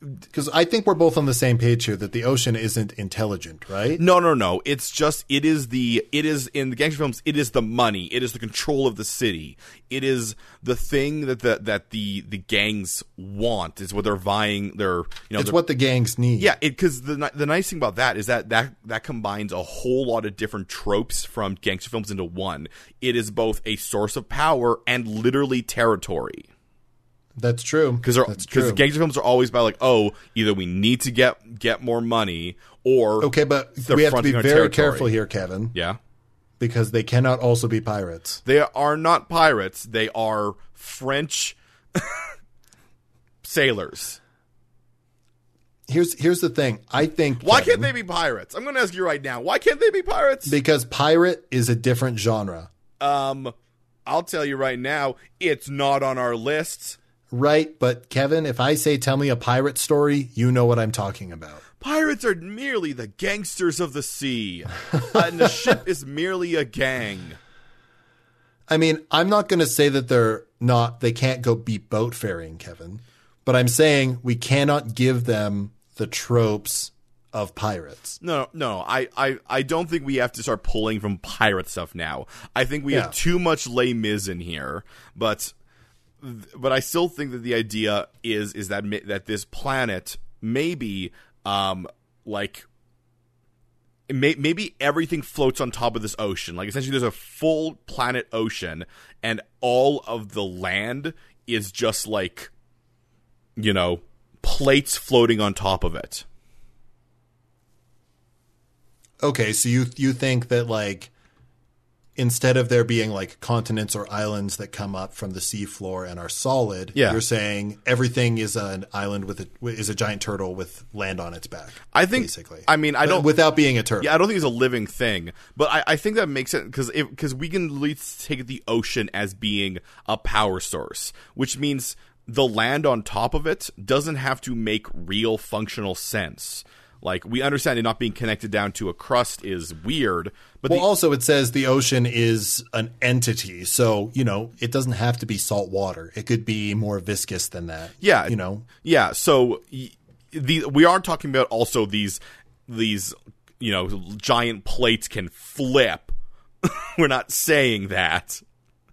Speaker 2: Because I think we're both on the same page here that the ocean isn't intelligent, right?
Speaker 3: No, no, no. It's just it is the it is in the gangster films. It is the money. It is the control of the city. It is the thing that the that the the gangs want is what they're vying. They're you know
Speaker 2: It's
Speaker 3: they're-
Speaker 2: what the gangs need.
Speaker 3: yeah. It because the ni- the nice thing about that is that that that combines a whole lot of different tropes from gangster films into one. It is both a source of power and literally territory.
Speaker 2: That's true.
Speaker 3: Because they're
Speaker 2: That's
Speaker 3: because
Speaker 2: true.
Speaker 3: gangster films are always about like oh either we need to get get more money or
Speaker 2: okay, but
Speaker 3: they're
Speaker 2: we have to be
Speaker 3: fronting our
Speaker 2: very
Speaker 3: territory.
Speaker 2: careful here, Kevin,
Speaker 3: yeah
Speaker 2: because they cannot also be pirates.
Speaker 3: They are not pirates. They are French [laughs] sailors.
Speaker 2: Here's here's the thing. I think
Speaker 3: Why
Speaker 2: Kevin,
Speaker 3: can't they be pirates? I'm going to ask you right now. Why can't they be pirates?
Speaker 2: because pirate is a different genre.
Speaker 3: um, I'll tell you right now. It's not on our list.
Speaker 2: Right, but Kevin, if I say tell me a pirate story, you know what I'm talking about.
Speaker 3: Pirates are merely the gangsters of the sea, and the ship is merely a gang.
Speaker 2: I mean, I'm not going to say that they're not, they can't go be boat faring, Kevin, but I'm saying we cannot give them the tropes of pirates.
Speaker 3: No, no, I, I, I don't think we have to start pulling from pirate stuff now. I think we
Speaker 2: Yeah.
Speaker 3: have too much Les Mis in here, but, but I still think that the idea is is that ma- that this planet maybe, um, like, may, maybe everything floats on top of this ocean. Like essentially, there's a full planet ocean, and all of the land is just like, you know, plates floating on top of it.
Speaker 2: Okay, so you you think that like instead of there being like continents or islands that come up from the seafloor and are solid,
Speaker 3: Yeah.
Speaker 2: you're saying everything is an island with a is a giant turtle with land on its back.
Speaker 3: I think.
Speaker 2: basically.
Speaker 3: I mean, I
Speaker 2: But
Speaker 3: don't.
Speaker 2: without being a turtle.
Speaker 3: Yeah, I don't think it's a living thing, but I, I think that makes sense because because we can at least take the ocean as being a power source, which means the land on top of it doesn't have to make real functional sense. Like we understand it not being connected down to a crust is weird, but
Speaker 2: Well, also it says the ocean is an entity, so you know it doesn't have to be salt water. It could be more viscous than that.
Speaker 3: Yeah.
Speaker 2: you know.
Speaker 3: the, yeah, so y- the we are talking about also these these you know giant plates can flip. [laughs] We're not saying that.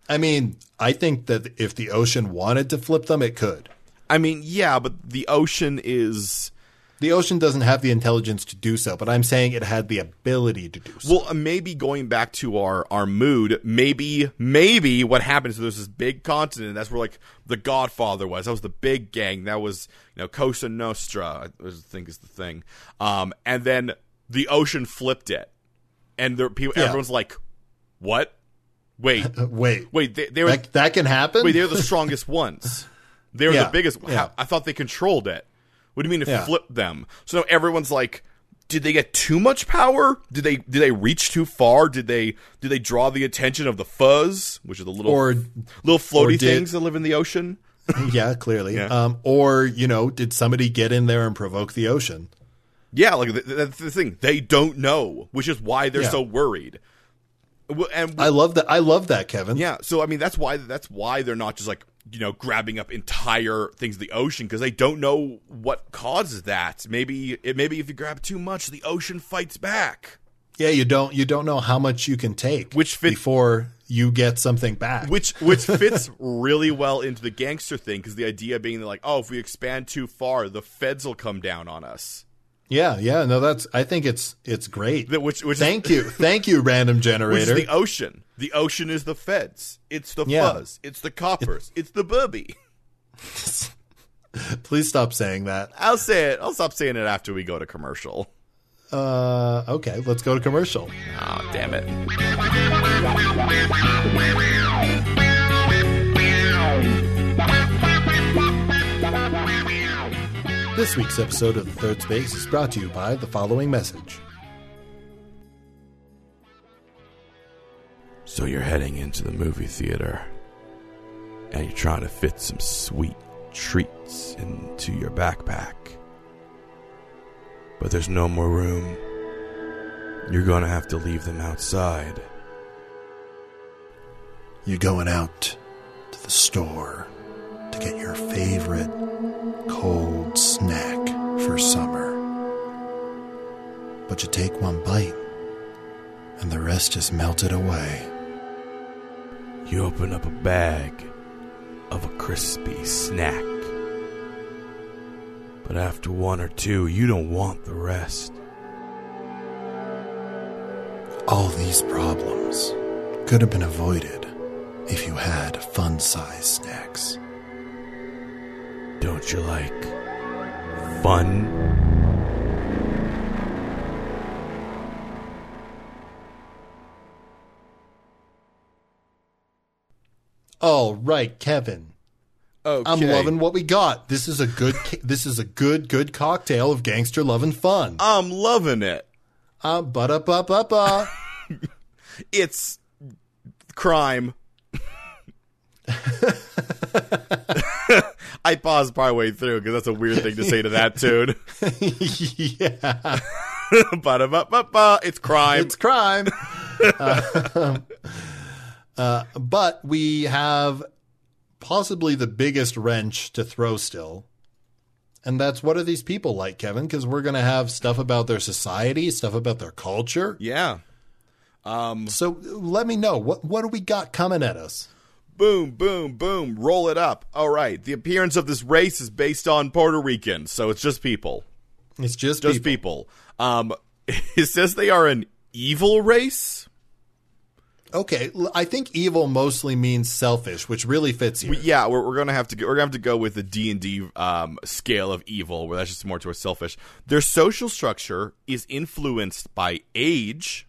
Speaker 2: I mean, I think that if the ocean wanted to flip them, it could.
Speaker 3: I mean, yeah, but the ocean is
Speaker 2: The ocean doesn't have the intelligence to do so, but I'm saying it had the ability to do so.
Speaker 3: well. uh, Maybe going back to our our mood, maybe maybe what happens is there's this big continent. That's where like the Godfather was. That was the big gang. That was you know Cosa Nostra. I think is the thing. Um, and then the ocean flipped it, and there people
Speaker 2: Yeah.
Speaker 3: everyone's like, what?
Speaker 2: [laughs]
Speaker 3: Wait,
Speaker 2: Uh, Wait,
Speaker 3: wait. They, they were
Speaker 2: that, that can happen.
Speaker 3: Wait, they're the strongest ones. They were
Speaker 2: Yeah,
Speaker 3: the biggest.
Speaker 2: yeah.
Speaker 3: How, I thought they controlled it. What do you mean it
Speaker 2: Yeah.
Speaker 3: flipped them? So now everyone's like, did they get too much power? Did they did they reach too far? Did they did they draw the attention of the fuzz, which are the little
Speaker 2: or
Speaker 3: little
Speaker 2: or
Speaker 3: floaty
Speaker 2: did-
Speaker 3: things that live in the ocean?
Speaker 2: yeah, clearly.
Speaker 3: Yeah.
Speaker 2: Um, or you know, did somebody get in there and provoke the ocean?
Speaker 3: Yeah, like th- th- that's the thing. They don't know, which is why they're
Speaker 2: Yeah.
Speaker 3: so worried. W- And
Speaker 2: I love that. I love that, Kevin.
Speaker 3: Yeah, so I mean that's why that's why they're not just like you know grabbing up entire things of the ocean because they don't know what causes that. Maybe it maybe if you grab too much, the ocean fights back,
Speaker 2: Yeah, you don't you don't know how much you can take
Speaker 3: Which fit-
Speaker 2: before you get something back.
Speaker 3: which which fits
Speaker 2: [laughs]
Speaker 3: really well into the gangster thing because the idea being that like oh if we expand too far, the feds will come down on us.
Speaker 2: yeah, yeah, no, that's I think it's it's great.
Speaker 3: That which which
Speaker 2: Thank
Speaker 3: [laughs]
Speaker 2: you, thank you, random
Speaker 3: Is, which
Speaker 2: generator.
Speaker 3: is the ocean. The ocean is the feds. It's the
Speaker 2: Yeah.
Speaker 3: fuzz. It's the coppers. it's the booby.
Speaker 2: Please stop saying that.
Speaker 3: I'll say it. I'll stop saying it after we go to commercial.
Speaker 2: Uh, okay, let's go to commercial.
Speaker 3: Oh damn it.
Speaker 2: This week's episode of the Third Space is brought to you by the following message.
Speaker 4: So you're heading into the movie theater and you're trying to fit some sweet treats into your backpack. But there's no more room. You're gonna have to leave them outside.
Speaker 2: You're going out to the store to get your favorite cold snack for summer. But you take one bite, and the rest is melted away.
Speaker 4: You open up a bag of a crispy snack. But after one or two, you don't want the rest.
Speaker 2: All these problems could have been avoided if you had fun sized snacks.
Speaker 4: Don't you like fun?
Speaker 2: All right, Kevin.
Speaker 3: Okay.
Speaker 2: I'm loving what we got. This is a good ca- this is a good good cocktail of gangster love and fun.
Speaker 3: I'm loving it.
Speaker 2: Uh, but up up up uh.
Speaker 3: It's crime. I paused partway through because that's a weird thing to say to that tune. [laughs]
Speaker 2: yeah.
Speaker 3: Ba-da-ba-ba-ba. It's crime.
Speaker 2: It's crime. [laughs] Uh, uh, but we have possibly the biggest wrench to throw still. And that's what are these people like, Kevin? Because we're going to have stuff about their society, stuff about their culture.
Speaker 3: yeah. Um.
Speaker 2: So let me know what what do we got coming at us?
Speaker 3: Boom, boom, boom. Roll it up. All right. The appearance of this race is based on Puerto Ricans, so it's just people.
Speaker 2: It's just,
Speaker 3: Just
Speaker 2: people.
Speaker 3: people. Um. [laughs] It says they are an evil race.
Speaker 2: Okay, l- I think evil mostly means selfish, which really fits here.
Speaker 3: We- yeah, we're, we're gonna have to go, we're gonna have to go with the D and D um, scale of evil, where that's just more towards selfish. Their social structure is influenced by age.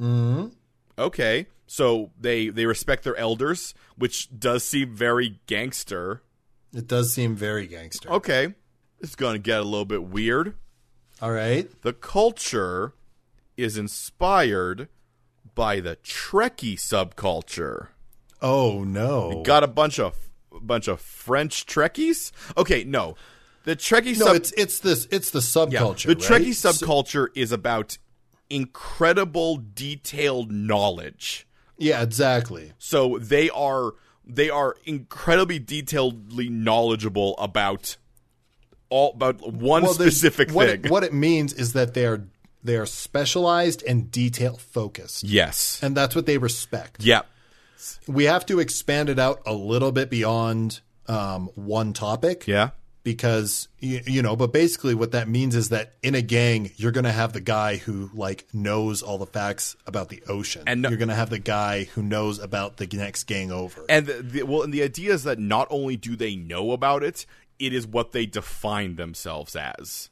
Speaker 3: Mm-hmm. Okay, so they they respect their elders, which does seem very gangster.
Speaker 2: it does seem very gangster.
Speaker 3: Okay, it's gonna get a little bit weird.
Speaker 2: All right.
Speaker 3: The culture is inspired by the Trekkie subculture.
Speaker 2: Oh no.
Speaker 3: Got a bunch of bunch of French Trekkies. Okay, no, the Trekkie
Speaker 2: no,
Speaker 3: sub-
Speaker 2: it's it's this it's the
Speaker 3: yeah,
Speaker 2: subculture.
Speaker 3: the
Speaker 2: right?
Speaker 3: Trekkie subculture is about incredible detailed knowledge.
Speaker 2: Yeah, exactly.
Speaker 3: So they are they are incredibly detailedly knowledgeable about all about one
Speaker 2: they-
Speaker 3: specific
Speaker 2: what
Speaker 3: thing.
Speaker 2: It, what it means is that they are they are specialized and detail focused,
Speaker 3: yes.
Speaker 2: and that's what they respect.
Speaker 3: yeah.
Speaker 2: We have to expand it out a little bit beyond um, one topic,
Speaker 3: Yeah.
Speaker 2: because you, you know. But basically, what that means is that in a gang, you're going to have the guy who like knows all the facts about the ocean,
Speaker 3: And no-
Speaker 2: you're going to have the guy who knows about the next gang over.
Speaker 3: And the, the, well, and the idea is that not only do they know about it, it is what they define themselves as.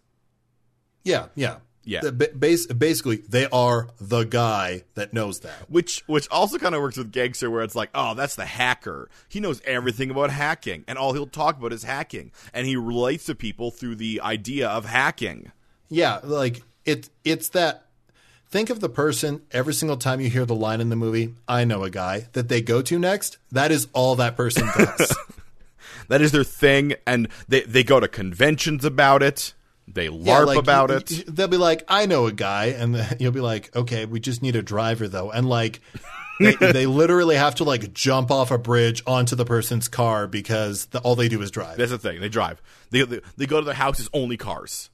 Speaker 2: yeah, yeah.
Speaker 3: Yeah.
Speaker 2: The- ba- bas- basically, they are the guy that knows that.
Speaker 3: Which which also kind of works with gangster, where it's like, oh, that's the hacker. He knows everything about hacking, and all he'll talk about is hacking, and he relates to people through the idea of hacking.
Speaker 2: Yeah, like it it's that think of the person every single time you hear the line in the movie, I know a guy that they go to next, that is all that
Speaker 3: [laughs]
Speaker 2: person does.
Speaker 3: That is their thing, and they they go to conventions about it. They LARP
Speaker 2: Yeah, like,
Speaker 3: about
Speaker 2: you-
Speaker 3: it.
Speaker 2: you- They'll be like, I know a guy and the- [laughs] you'll be like, okay, we just need a driver though. And like
Speaker 3: [laughs]
Speaker 2: they, they literally have to like jump off a bridge onto the person's car because the, all they do is drive.
Speaker 3: That's the thing. They drive. They they, they go to their house. It's only cars.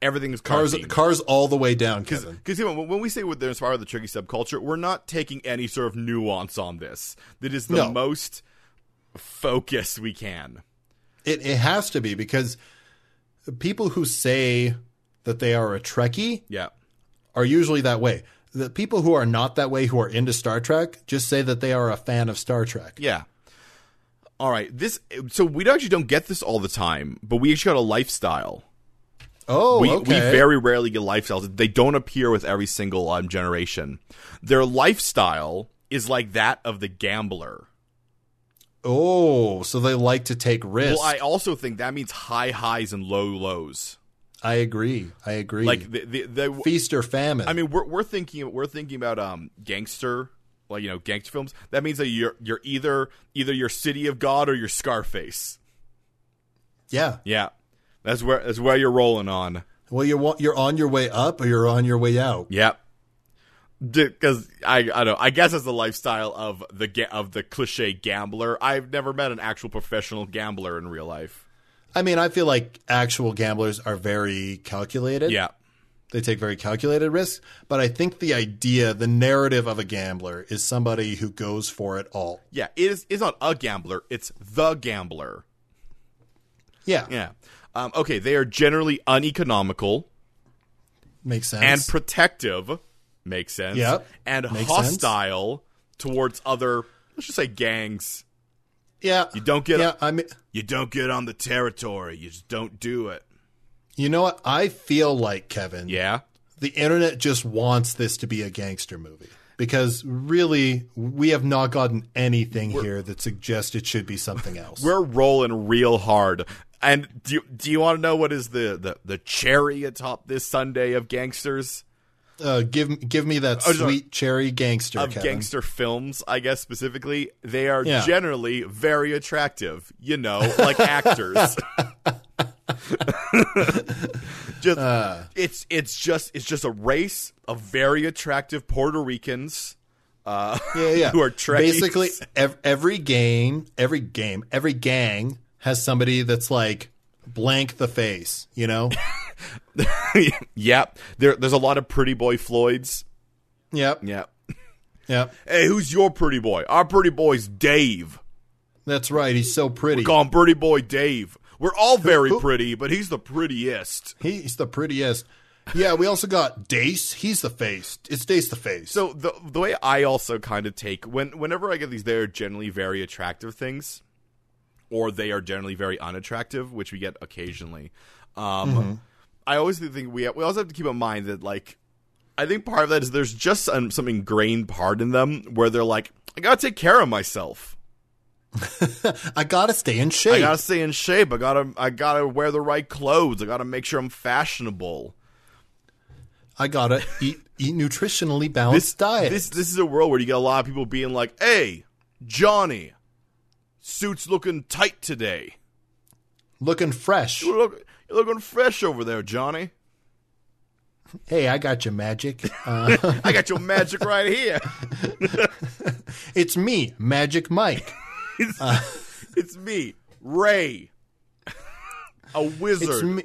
Speaker 3: Everything is car
Speaker 2: Cars,
Speaker 3: themed.
Speaker 2: cars all the way down, Kevin.
Speaker 3: Because when when we say they're inspired by the tricky subculture, we're not taking any sort of nuance on this. That is the
Speaker 2: No.
Speaker 3: most focus we can.
Speaker 2: It it has to be because people who say that they are a Trekkie
Speaker 3: Yeah.
Speaker 2: are usually that way. The people who are not that way, who are into Star Trek, just say that they are a fan of Star Trek.
Speaker 3: Yeah. All right. This so we actually don't get this all the time, but we actually got a lifestyle.
Speaker 2: Oh,
Speaker 3: we, we
Speaker 2: okay.
Speaker 3: very rarely get lifestyles. They don't appear with every single um, generation. Their lifestyle is like that of the gambler.
Speaker 2: oh, so they like to take risks.
Speaker 3: Well, I also think that means high highs and low lows.
Speaker 2: I, agree. I agree.
Speaker 3: Like the the, the
Speaker 2: feast or famine.
Speaker 3: I mean, we're we're thinking we're thinking about um gangster like you know gangster films, that means that you're you're either either your City of God or your Scarface.
Speaker 2: Yeah.
Speaker 3: Yeah, that's where that's where you're rolling on.
Speaker 2: Well, you're wa- you're on your way up or you're on your way out.
Speaker 3: Yep. Because I I don't know, I guess it's the lifestyle of the ga- of the cliche gambler. I've never met an actual professional gambler in real life.
Speaker 2: I mean, I feel like actual gamblers are very calculated.
Speaker 3: Yeah.
Speaker 2: They take very calculated risks, but I think the idea, the narrative of a gambler is somebody who goes for it all.
Speaker 3: Yeah, it is. It's not a gambler. It's the gambler.
Speaker 2: Yeah.
Speaker 3: Yeah. Um, okay, they are generally uneconomical
Speaker 2: Makes sense.
Speaker 3: and protective. Makes sense.
Speaker 2: Yep,
Speaker 3: And
Speaker 2: makes
Speaker 3: hostile towards other. Let's just say gangs.
Speaker 2: yeah.
Speaker 3: You don't get.
Speaker 2: Yeah, I mean,
Speaker 3: You don't get on the territory. You just don't do it.
Speaker 2: you know what? I feel like Kevin.
Speaker 3: Yeah.
Speaker 2: the internet just wants this to be a gangster movie because really we have not gotten anything here that suggests it should be
Speaker 3: [laughs]
Speaker 2: something else.
Speaker 3: We're rolling real hard. And do you, do you want to know what is the, the, the cherry atop this Sunday of gangsters?
Speaker 2: Uh, give give me that
Speaker 3: Oh,
Speaker 2: sweet
Speaker 3: sorry.
Speaker 2: cherry gangster.
Speaker 3: Of
Speaker 2: Kevin.
Speaker 3: gangster films, I guess specifically, they are
Speaker 2: Yeah.
Speaker 3: generally very attractive, you know,
Speaker 2: [laughs]
Speaker 3: like actors. just
Speaker 2: Uh.
Speaker 3: it's it's just it's just a race of very attractive Puerto Ricans. [laughs] Uh,
Speaker 2: yeah, yeah.
Speaker 3: who are Trekkies.
Speaker 2: Basically, ev- every game, every game, every gang has somebody that's like blank the face. You
Speaker 3: [laughs]
Speaker 2: know?
Speaker 3: yep. There there's a lot of pretty boy Floyds.
Speaker 2: yep,
Speaker 3: Yep.
Speaker 2: yep.
Speaker 3: Hey, who's your pretty boy? Our pretty boy's Dave.
Speaker 2: That's right. He's so pretty.
Speaker 3: Call him Pretty Boy Dave. We're all very pretty, but he's the prettiest.
Speaker 2: He's the prettiest. Yeah, we also got Dace. He's the face. It's Dace the face.
Speaker 3: So the the way I also kind of take when whenever I get these, they are generally very attractive things, or they are generally very unattractive, which we get occasionally. Um, I always think we we also have to keep in mind that like I think part of that is there's just some, some ingrained part in them where they're like, I gotta take care of myself.
Speaker 2: [laughs] I gotta stay in shape.
Speaker 3: I gotta stay in shape. I gotta I gotta wear the right clothes. I gotta make sure I'm fashionable.
Speaker 2: I gotta eat eat nutritionally balanced diet.
Speaker 3: This this is a world where you get a lot of people being like, "Hey, Johnny, suits looking tight today.
Speaker 2: Looking fresh.
Speaker 3: You look, you're looking fresh over there, Johnny.
Speaker 2: Hey, I got your magic. Uh, [laughs]
Speaker 3: I got your magic right here.
Speaker 2: it's me, Magic Mike.
Speaker 3: It's, it's me, Ray, a
Speaker 2: It's
Speaker 3: wizard
Speaker 2: me,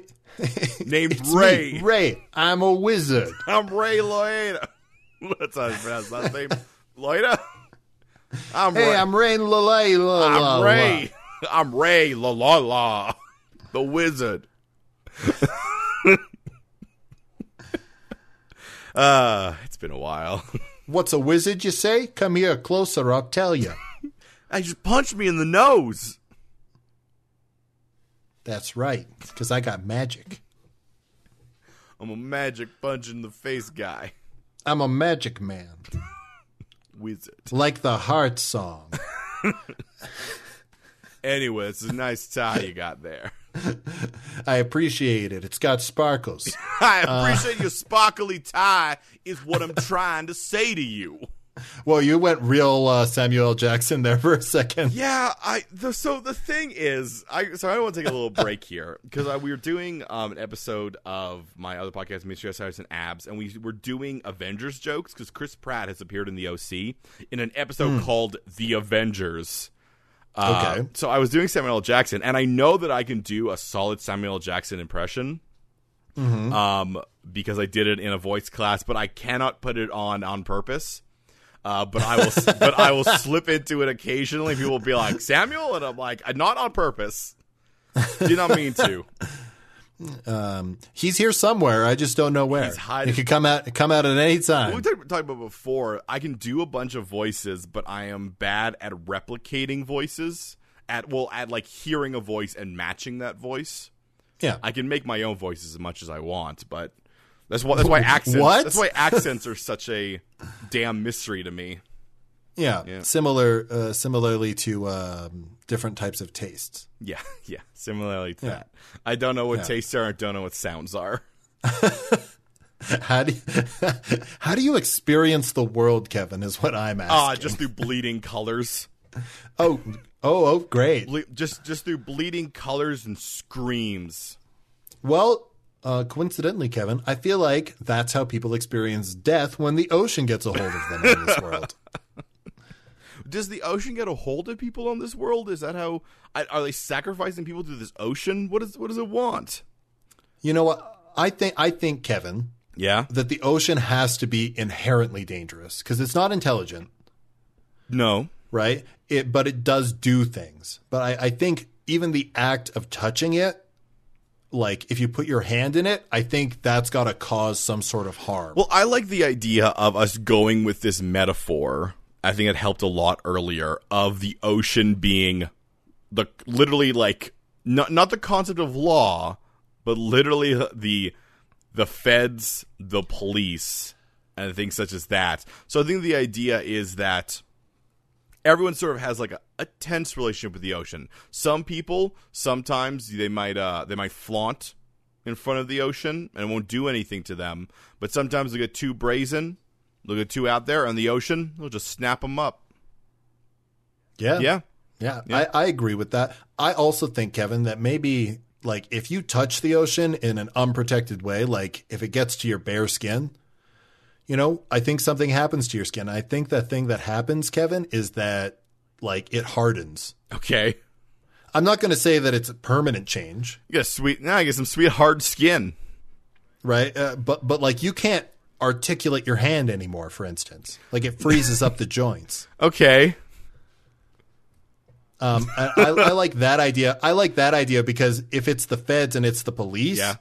Speaker 3: named
Speaker 2: it's me,
Speaker 3: Ray.
Speaker 2: Ray, I'm a wizard.
Speaker 3: I'm Ray Loida. [laughs] That's how I pronounce that name, Loida. I'm
Speaker 2: Hey,
Speaker 3: Ray.
Speaker 2: I'm Ray Lalay. La,
Speaker 3: I'm
Speaker 2: la, la.
Speaker 3: Ray. [laughs] I'm Ray. La la la. The wizard. [laughs] uh, it's been a while.
Speaker 2: What's a wizard, you say? Come here closer, I'll tell you.
Speaker 3: I just punched me in the nose.
Speaker 2: That's right, because I got magic.
Speaker 3: I'm a magic punch in the face guy.
Speaker 2: I'm a magic man,
Speaker 3: Wizard.
Speaker 2: like the heart song.
Speaker 3: Anyway, it's a nice tie you got there. [laughs]
Speaker 2: I appreciate it. It's got sparkles.
Speaker 3: I appreciate your sparkly tie is what I'm trying to say to you.
Speaker 2: Well, you went real uh, Samuel L. Jackson there [laughs] for a second.
Speaker 3: Yeah, I the, so the thing is, I so I want to take a little break here because we were doing um, an episode of my other podcast, Mystery Osiris and Abs, and we were doing Avengers jokes because Chris Pratt has appeared in the OC in an episode called The Avengers. Uh,
Speaker 2: Okay.
Speaker 3: so I was doing Samuel L. Jackson, and I know that I can do a solid Samuel L. Jackson impression. Um, because I did it in a voice class, but I cannot put it on on purpose. Uh, but I will, but I will slip into it occasionally. People will be like Samuel, and I'm like, "Uh, not on purpose. Did not mean to.
Speaker 2: He's here somewhere. I just don't know where.
Speaker 3: He's hiding-
Speaker 2: It could come out come out at any
Speaker 3: We
Speaker 2: time.
Speaker 3: talked talked about before. I can do a bunch of voices, but I am bad at replicating voices. At well, at like hearing a voice and matching that voice.
Speaker 2: Yeah.
Speaker 3: I can make my own voices as much as I want, but that's why that's why accents.
Speaker 2: What?
Speaker 3: That's why accents are such a damn mystery to me.
Speaker 2: yeah. Similar uh, similarly to um, different types of tastes.
Speaker 3: Yeah, [laughs] yeah. Similarly to that, I don't know what tastes are. I don't know what sounds are.
Speaker 2: [laughs] How do you, how do you experience the world, Kevin? Is what I'm asking.
Speaker 3: Ah, just through bleeding colors.
Speaker 2: oh, oh, oh, great.
Speaker 3: Ble- just just through bleeding colors and screams.
Speaker 2: Well, uh, coincidentally, Kevin, I feel like that's how people experience death when the ocean gets a hold of them in this world.
Speaker 3: Does the ocean get a hold of people on this world? Is that how I- are they sacrificing people to this ocean? What is what does it want?
Speaker 2: You know what? I think I think Kevin
Speaker 3: Yeah.
Speaker 2: that the ocean has to be inherently dangerous because it's not intelligent,
Speaker 3: No.
Speaker 2: right? It but it does do things. But I, I think even the act of touching it, like if you put your hand in it, I think that's got to cause some sort of harm.
Speaker 3: Well, I like the idea of us going with this metaphor. I think it helped a lot earlier of the ocean being the literally like not not the concept of law, but literally the the feds, the police, and things such as that. So I think the idea is that everyone sort of has like a, a tense relationship with the ocean. Some people sometimes they might uh they might flaunt in front of the ocean and it won't do anything to them, but sometimes they get too brazen, they'll get too out there on the ocean, they'll just snap them up.
Speaker 2: yeah,
Speaker 3: Yeah.
Speaker 2: Yeah,
Speaker 3: Yeah.
Speaker 2: I, I agree with that. I also think, Kevin, that maybe like if you touch the ocean in an unprotected way, like if it gets to your bare skin, you know, I think something happens to your skin. I think the thing that happens, Kevin, is that like it hardens.
Speaker 3: Okay.
Speaker 2: I'm not going to say that it's a permanent change,
Speaker 3: You got a sweet now I get some sweet hard skin.
Speaker 2: right? Uh, but but like you can't articulate your hand anymore, for instance. Like it freezes up the joints.
Speaker 3: Okay.
Speaker 2: Um, I, I, I like that idea. I like that idea because if it's the feds and it's the police,
Speaker 3: Yeah.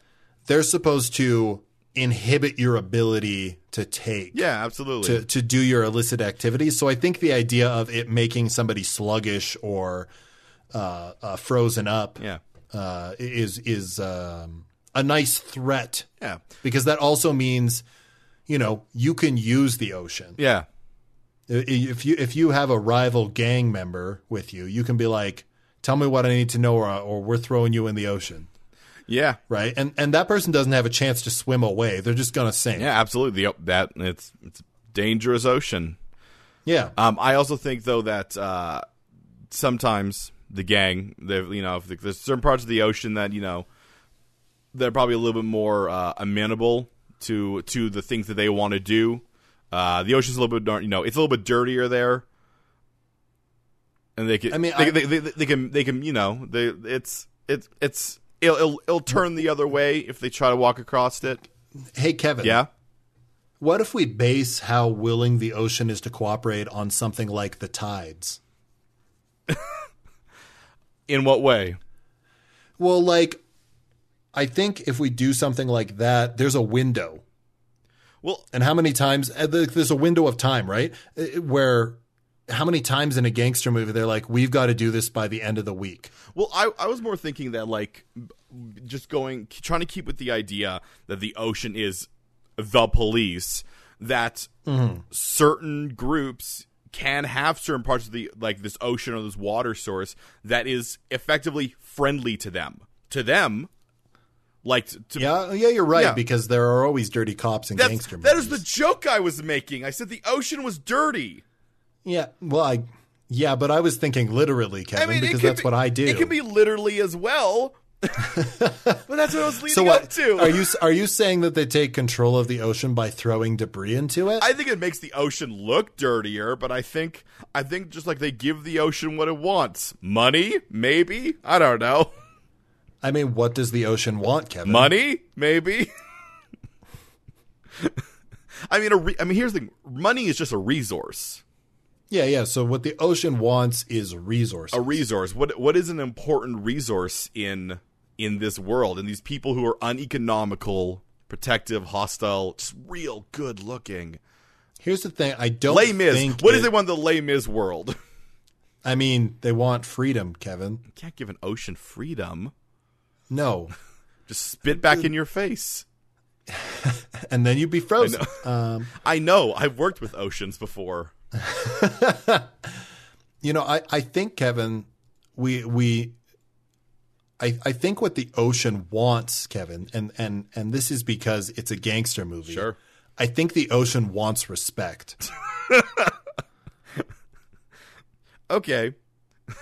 Speaker 2: they're supposed to inhibit your ability to take
Speaker 3: Yeah, absolutely.
Speaker 2: to to do your illicit activities. So I think the idea of it making somebody sluggish or uh, uh, frozen up
Speaker 3: yeah.
Speaker 2: uh, is is um, a nice threat
Speaker 3: Yeah.
Speaker 2: because that also means you know you can use the ocean
Speaker 3: Yeah.
Speaker 2: if you if you have a rival gang member with you, you can be like, "Tell me what I need to know, or, or we're throwing you in the ocean."
Speaker 3: Yeah.
Speaker 2: Right, and and that person doesn't have a chance to swim away; they're just gonna sink.
Speaker 3: Yeah, absolutely. Yep, that it's it's a dangerous ocean.
Speaker 2: yeah,
Speaker 3: Um, I also think though that uh, sometimes the gang, they you know, if there's certain parts of the ocean that you know they're probably a little bit more uh, amenable to to the things that they want to do. Uh, the ocean's a little bit, dar- you know, it's a little bit dirtier there, and they can.
Speaker 2: I mean,
Speaker 3: they,
Speaker 2: I-
Speaker 3: they, they, they can they can you know they it's it's it's it'll, it'll it'll turn the other way if they try to walk across it.
Speaker 2: Hey, Kevin.
Speaker 3: Yeah.
Speaker 2: What if we base how willing the ocean is to cooperate on something like the tides?
Speaker 3: In what way?
Speaker 2: Well, like, I think if we do something like that, there's a window
Speaker 3: Well,
Speaker 2: and how many times uh, there- there's a window of time right Uh, where how many times in a gangster movie they're like we've got to do this by the end of the week
Speaker 3: Well, I, I was more thinking that like b- just going trying to keep with the idea that the ocean is the police that
Speaker 2: Mm-hmm.
Speaker 3: certain groups can have certain parts of the like this ocean or this water source that is effectively friendly to them to them like t- to
Speaker 2: yeah oh, yeah you're right
Speaker 3: Yeah.
Speaker 2: because there are always dirty cops in
Speaker 3: that's,
Speaker 2: gangster
Speaker 3: that
Speaker 2: movies
Speaker 3: is the joke I was making. I said the ocean was dirty.
Speaker 2: yeah well i yeah but i was thinking literally
Speaker 3: I
Speaker 2: kevin
Speaker 3: mean, it
Speaker 2: because
Speaker 3: can
Speaker 2: that's
Speaker 3: be-
Speaker 2: what i do
Speaker 3: It can be literally
Speaker 2: [laughs]
Speaker 3: as well, but that's what I was leading
Speaker 2: so what
Speaker 3: up to.
Speaker 2: are you are you saying that they take control of the ocean by throwing debris into it
Speaker 3: I think it makes the ocean look dirtier, but I think I think just like they give the ocean what it wants. Money, maybe? I
Speaker 2: [laughs]
Speaker 3: don't know.
Speaker 2: I mean what does the ocean want kevin
Speaker 3: Money, maybe? [laughs] I mean, a re- I mean, here's the thing. Money is just a resource.
Speaker 2: yeah yeah so what the ocean wants is resources
Speaker 3: A resource. What what is an important resource in in this world? And these people who are uneconomical, protective, hostile, just real good looking.
Speaker 2: here's the thing i don't
Speaker 3: Lame is.
Speaker 2: think
Speaker 3: What
Speaker 2: it-
Speaker 3: is it want the lame is world? [laughs]
Speaker 2: I mean, they want freedom, Kevin.
Speaker 3: Can't give an ocean freedom.
Speaker 2: No.
Speaker 3: just spit back in your face.
Speaker 2: And then you'd be frozen. Um,
Speaker 3: I know. I've worked with oceans before.
Speaker 2: you know, I, I think, Kevin, we we I, I think what the ocean wants, Kevin, and, and, and this is because it's a gangster movie.
Speaker 3: Sure.
Speaker 2: I think the ocean wants respect.
Speaker 3: okay. [laughs]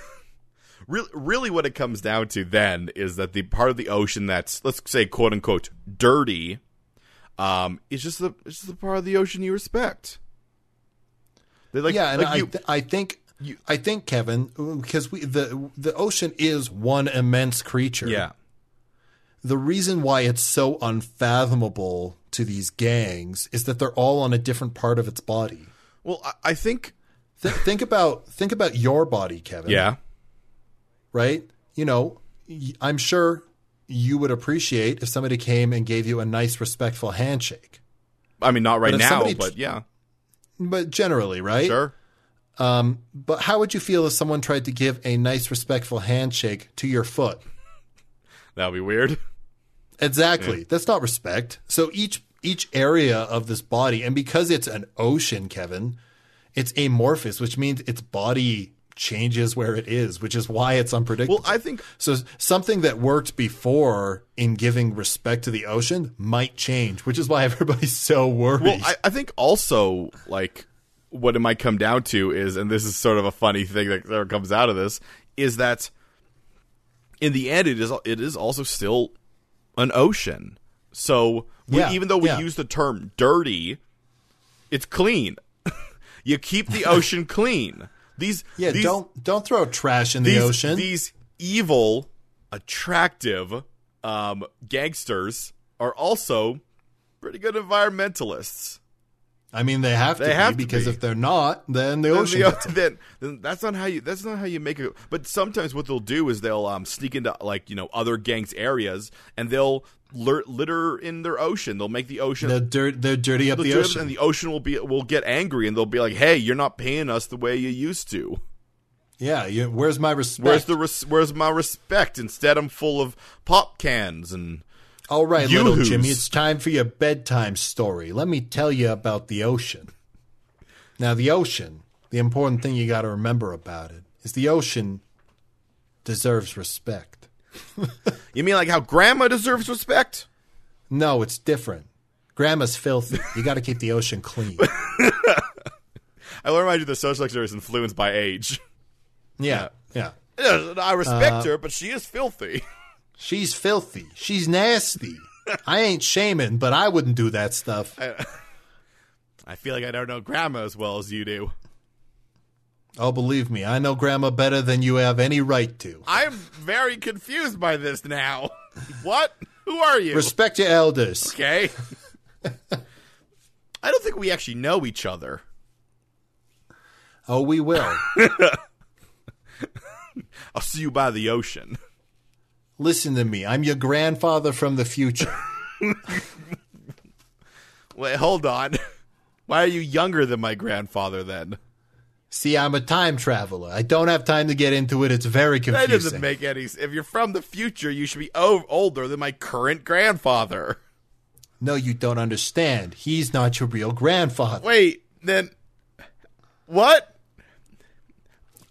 Speaker 3: really, really, what it comes down to then is that the part of the ocean that's let's say quote unquote dirty, um, is just the is just the part of the ocean you respect. They [laughs] like
Speaker 2: yeah, and
Speaker 3: like
Speaker 2: I,
Speaker 3: you-
Speaker 2: th- I think I think Kevin because we the the ocean is one immense creature.
Speaker 3: yeah
Speaker 2: The reason why it's so unfathomable to these gangs is that they're all on a different part of its body.
Speaker 3: well I, I think
Speaker 2: Th- think about think about your body, Kevin.
Speaker 3: yeah
Speaker 2: Right. You know, y- I'm sure you would appreciate if somebody came and gave you a nice, respectful handshake.
Speaker 3: I mean not right
Speaker 2: But if
Speaker 3: now
Speaker 2: somebody-
Speaker 3: but yeah
Speaker 2: But generally, right?
Speaker 3: sure
Speaker 2: But how would you feel if someone tried to give a nice, respectful handshake to your foot?
Speaker 3: that'll
Speaker 2: [laughs]
Speaker 3: be weird
Speaker 2: Exactly. That's not respect. So each each area of this body, and because it's an ocean, Kevin, it's amorphous, which means its body changes where it is, which is why it's unpredictable.
Speaker 3: well I think
Speaker 2: so something that worked before in giving respect to the ocean might change, which is why [laughs] everybody's so worried.
Speaker 3: Well, I, I think also like what it might come down to is, and this is sort of a funny thing that that comes out of this, is that in the end it is it is also still an ocean. So we,
Speaker 2: Yeah,
Speaker 3: even though we
Speaker 2: yeah.
Speaker 3: use the term dirty, it's clean. [laughs] you keep the
Speaker 2: [laughs]
Speaker 3: ocean clean. These
Speaker 2: yeah,
Speaker 3: these,
Speaker 2: don't don't throw trash in
Speaker 3: these,
Speaker 2: the ocean.
Speaker 3: These evil, attractive um, gangsters are also pretty good environmentalists.
Speaker 2: I mean, they have to
Speaker 3: They have to
Speaker 2: be because
Speaker 3: be.
Speaker 2: if they're not, then the
Speaker 3: then
Speaker 2: ocean.
Speaker 3: the-
Speaker 2: [laughs] gets
Speaker 3: [laughs]
Speaker 2: them.
Speaker 3: then- then that's not how you that's not how you make it. But sometimes what they'll do is they'll um, sneak into like you know other gangs areas and they'll lir- litter in their ocean. They'll make the ocean. [laughs]
Speaker 2: They'll dirt, they'll dirty up
Speaker 3: they'll
Speaker 2: the
Speaker 3: do it,
Speaker 2: ocean.
Speaker 3: and the ocean will be will get angry and they'll be like, "Hey, you're not paying us the way you used to.
Speaker 2: Yeah, you, where's my respect?
Speaker 3: Where's the res- where's my respect? Instead, I'm full of pop cans and
Speaker 2: All right,
Speaker 3: You
Speaker 2: little
Speaker 3: who's-
Speaker 2: Jimmy, it's time for your bedtime story. Let me tell you about the ocean. Now, the ocean, the important thing you got to remember about it is the ocean deserves respect.
Speaker 3: you mean like how grandma deserves respect?
Speaker 2: No, it's different. Grandma's filthy. You got to keep the ocean
Speaker 3: [laughs]
Speaker 2: clean.
Speaker 3: I want to remind you that social sector is influenced by age. [laughs]
Speaker 2: Yeah, yeah.
Speaker 3: Yes, I respect
Speaker 2: Uh,
Speaker 3: her, but she is filthy. [laughs]
Speaker 2: She's filthy. She's nasty. I ain't shaming, but I wouldn't do that stuff.
Speaker 3: I feel like I don't know grandma as well as you do.
Speaker 2: Oh, believe me, I know Grandma better than you have any right to.
Speaker 3: I'm very confused by this now. What? Who are you?
Speaker 2: Respect your elders.
Speaker 3: okay. I don't think we actually know each other.
Speaker 2: Oh, we
Speaker 3: [laughs]
Speaker 2: will.
Speaker 3: I'll see you by the ocean.
Speaker 2: Listen to me. I'm your grandfather from the future.
Speaker 3: Wait, hold on. Why are you younger than my grandfather then?
Speaker 2: See, I'm a time traveler. I don't have time to get into it. It's very
Speaker 3: That
Speaker 2: confusing.
Speaker 3: doesn't make any sense. If you're from the future, you should be o- older than my current grandfather.
Speaker 2: no, you don't understand. He's not your real grandfather.
Speaker 3: Wait, then. What?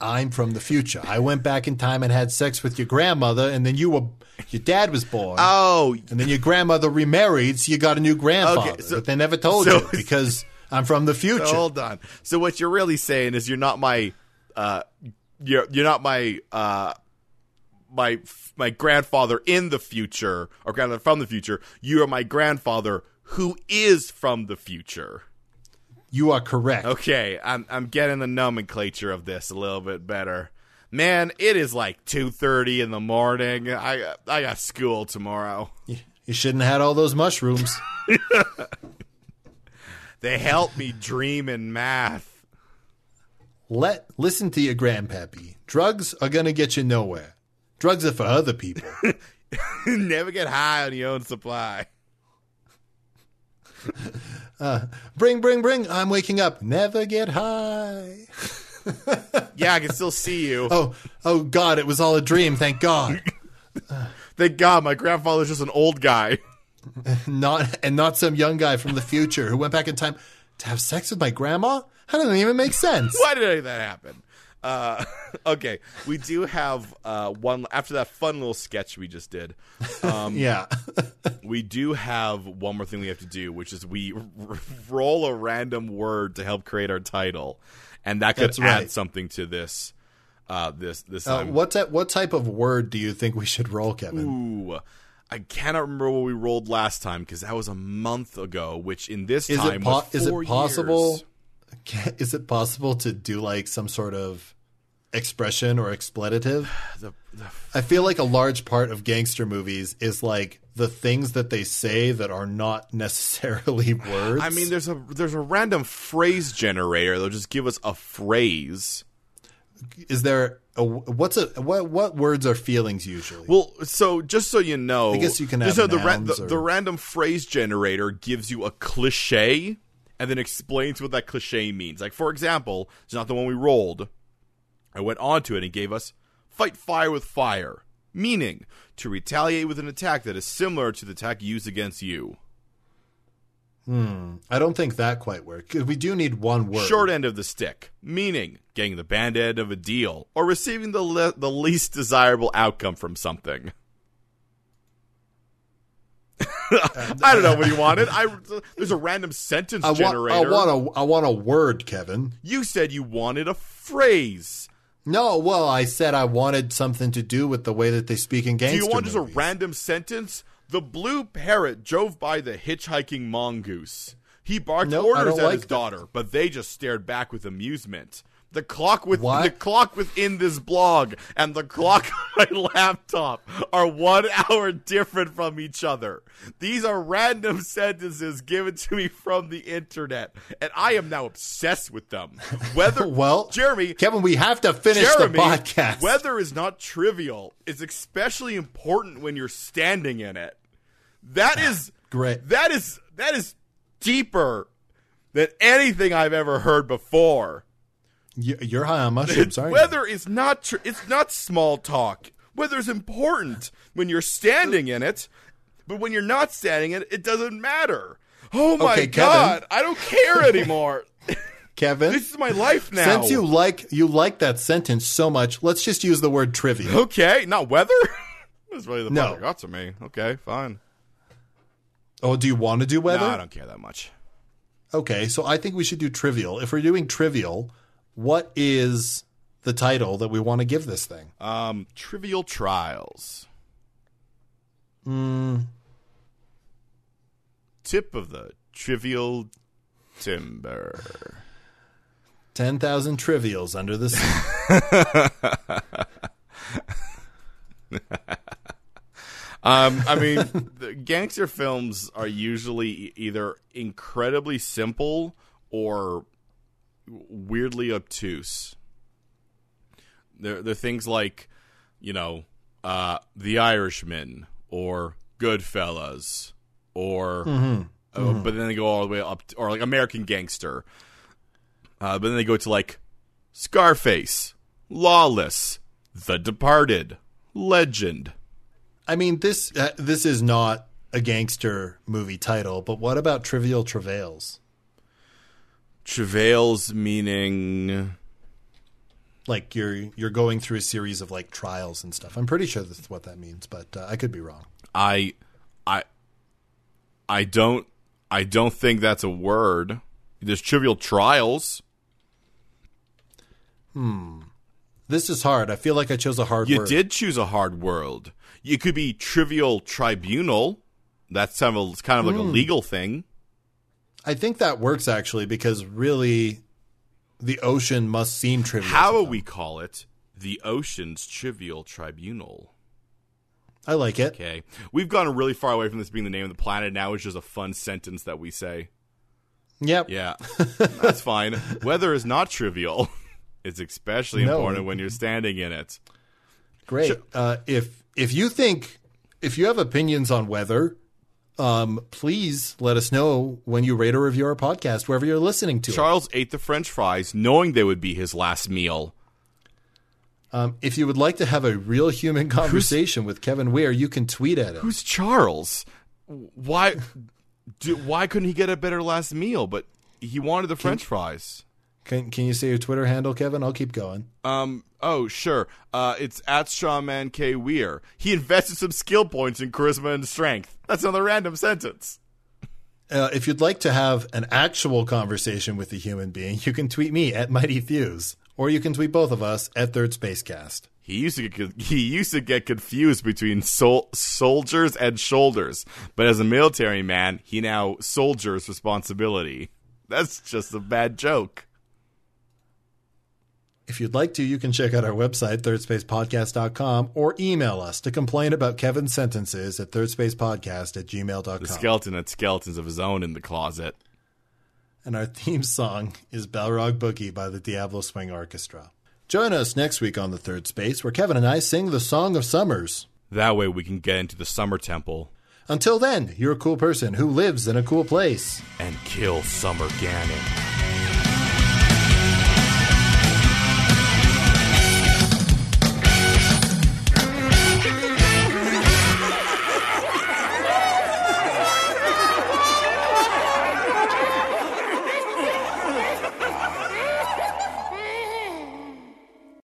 Speaker 2: I'm from the future. I went back in time and had sex with your grandmother, and then you were your dad was born.
Speaker 3: Oh,
Speaker 2: and then your grandmother remarried, so you got a new grandfather.
Speaker 3: Okay, so-
Speaker 2: but they never told
Speaker 3: so-
Speaker 2: you because I'm from the future.
Speaker 3: So hold on. So what you're really saying is you're not my, uh, you're you're not my uh, my my grandfather in the future or grandfather from the future. You are my grandfather who is from the future.
Speaker 2: you are correct.
Speaker 3: Okay, I'm I'm getting the nomenclature of this a little bit better. Man, it is like two thirty in the morning. I I got school tomorrow.
Speaker 2: You shouldn't have had all those mushrooms.
Speaker 3: They help me dream in math. [laughs]
Speaker 2: Let listen to your grandpappy. Drugs are gonna get you nowhere. Drugs are for other people.
Speaker 3: Never get high on your own supply.
Speaker 2: bring, bring, bring. I'm waking up. Never get high.
Speaker 3: Yeah, I can still see you.
Speaker 2: Oh, oh God! It was all a dream. Thank God.
Speaker 3: Thank God, my grandfather's just an old guy. [laughs]
Speaker 2: Not and not some young guy from the future who went back in time to have sex with my grandma. That doesn't even make sense.
Speaker 3: Why did any of that happen? Uh, [laughs] okay, we do have uh, one after that fun little sketch we just did. Um,
Speaker 2: Yeah.
Speaker 3: we do have one more thing we have to do, which is we [laughs] r- roll a random word to help create our title, and that could
Speaker 2: That's
Speaker 3: add
Speaker 2: right.
Speaker 3: something to this. Uh, this this
Speaker 2: Uh,
Speaker 3: time.
Speaker 2: what, ti- what type of word do you think we should roll, Kevin?
Speaker 3: Ooh, I cannot remember what we rolled last time because that was a month ago. Which in this
Speaker 2: Is
Speaker 3: time
Speaker 2: it, po-
Speaker 3: was
Speaker 2: is
Speaker 3: four
Speaker 2: it possible?
Speaker 3: years.
Speaker 2: Ca- [laughs] Is it possible to do like some sort of expression or expletive?
Speaker 3: The- the
Speaker 2: I feel like a large part of gangster movies is like the things that they say that are not [laughs] necessarily words.
Speaker 3: I mean, there's a there's a random phrase generator. They'll just give us a phrase.
Speaker 2: is there a what's a what what words are feelings usually?
Speaker 3: Well, so just so you know, I
Speaker 2: guess you can
Speaker 3: just
Speaker 2: have
Speaker 3: so the,
Speaker 2: nouns
Speaker 3: the,
Speaker 2: or-
Speaker 3: the random phrase generator gives you a cliche and then explains what that cliche means. Like for example, it's not the one we rolled. I went on to it and gave us fight fire with fire, meaning to retaliate with an attack that is similar to the attack used against you.
Speaker 2: Hmm. I don't think that quite worked. 'Cause We do need one word.
Speaker 3: Short end of the stick, meaning getting the band end of a deal or receiving the le- the least desirable outcome from something. [laughs] I don't know what he wanted. I there's a random sentence
Speaker 2: I want, I
Speaker 3: generator.
Speaker 2: want a I want a word, Kevin.
Speaker 3: you said you wanted a phrase.
Speaker 2: No, well, I said I wanted something to do with the way that they speak in
Speaker 3: Do
Speaker 2: gangster
Speaker 3: you want just a
Speaker 2: movies.
Speaker 3: random sentence? The blue parrot drove by the hitchhiking mongoose. He barked
Speaker 2: No, I
Speaker 3: orders
Speaker 2: don't
Speaker 3: at
Speaker 2: like
Speaker 3: his
Speaker 2: that.
Speaker 3: daughter, but they just stared back with amusement. The clock with
Speaker 2: What?
Speaker 3: the clock within this blog and the clock [laughs] on my laptop are one hour different from each other. These are random sentences given to me from the internet, and I am now obsessed
Speaker 2: [laughs]
Speaker 3: with them. Whether
Speaker 2: Well,
Speaker 3: Jeremy,
Speaker 2: Kevin, we have to finish
Speaker 3: Jeremy,
Speaker 2: the podcast.
Speaker 3: weather is not trivial. It's especially important when you're standing in it. That is
Speaker 2: Ah, Great.
Speaker 3: That is that is deeper than anything I've ever heard before.
Speaker 2: You- [laughs] You're high on mushrooms, aren't you?
Speaker 3: Weather is not tr- it's not small talk. Weather is important when you're standing in it, but when you're not standing in it, it doesn't matter. Oh my
Speaker 2: Okay, Kevin.
Speaker 3: god, I don't
Speaker 2: [laughs]
Speaker 3: care anymore.
Speaker 2: Kevin,
Speaker 3: this is my life now.
Speaker 2: since you like you like that sentence so much, let's just use the word trivia.
Speaker 3: [laughs] Okay, not weather. That's really the part
Speaker 2: No.
Speaker 3: that got to me. Okay, fine.
Speaker 2: Oh, do you want to do
Speaker 3: No,
Speaker 2: weather?
Speaker 3: I don't care that much.
Speaker 2: Okay, so I think we should do trivial. If we're doing trivial, what is the title that we want to give this thing?
Speaker 3: Um, Trivial Trials.
Speaker 2: Hmm.
Speaker 3: Tip of the trivial timber.
Speaker 2: Ten thousand trivials under the
Speaker 3: [laughs]
Speaker 2: sea.
Speaker 3: Um, I mean, the gangster films are usually e- either incredibly simple or weirdly obtuse. They're, they're things like, you know, uh, The Irishman or Goodfellas or, uh, but then they go all the way up, to, or like American Gangster. Uh, but then they go to like Scarface, Lawless, The Departed, Legend.
Speaker 2: I mean this uh, this is not a gangster movie title, but what about trivial travails?
Speaker 3: travails meaning
Speaker 2: Like you're you're going through a series of like trials and stuff. I'm pretty sure that's what that means, but uh, I could be wrong.
Speaker 3: i i i don't i don't think that's a word there's trivial trials
Speaker 2: This is hard. I feel like I chose a hard
Speaker 3: you
Speaker 2: word.
Speaker 3: did choose a hard word you could be trivial tribunal that's kind of, it's kind of like
Speaker 2: Hmm.
Speaker 3: a legal thing
Speaker 2: I think that works actually because really, the ocean must seem trivial.
Speaker 3: how
Speaker 2: to
Speaker 3: will
Speaker 2: them.
Speaker 3: we call it the ocean's trivial tribunal
Speaker 2: I like it.
Speaker 3: okay we've gone really far away from this being the name of the planet now it's just a fun sentence that we say
Speaker 2: Yep.
Speaker 3: Yeah, that's fine. Weather is not trivial. [laughs] It's especially
Speaker 2: No.
Speaker 3: important when you're standing in it.
Speaker 2: Great. Uh, if if you think if you have opinions on weather, um, please let us know when you rate or review our podcast wherever you're listening to. it.
Speaker 3: Charles ate the french fries knowing they would be his last meal.
Speaker 2: Um, if you would like to have a real human conversation with Kevin Weir, you can tweet at him.
Speaker 3: Who's Charles? Why do, why couldn't he get a better last meal? But he wanted the french fries.
Speaker 2: Can Can you say your Twitter handle, Kevin? I'll keep going.
Speaker 3: Um. Oh, sure. Uh, it's at Strawman K Weir. He invested some skill points in charisma and strength. That's another random sentence.
Speaker 2: Uh, if you'd like to have an actual conversation with a human being, you can tweet me at Mighty Thews, or you can tweet both of us at Third Spacecast.
Speaker 3: He used to get he used to get confused between sol- soldiers and shoulders, but as a military man, he now soldiers responsibility. That's just a bad joke.
Speaker 2: If you'd like to, you can check out our website, thirdspacepodcast.com, or email us to complain about Kevin's sentences at thirdspacepodcast at gmail.com.
Speaker 3: The skeleton had skeletons of his own in the closet.
Speaker 2: and our theme song is Balrog Boogie by the Diablo Swing Orchestra. Join us next week on The Third Space, where Kevin and I sing the Song of Summers.
Speaker 3: That way, we can get into the summer temple
Speaker 2: Until then, you're a cool person who lives in a cool place.
Speaker 3: and kill Summer Ganon.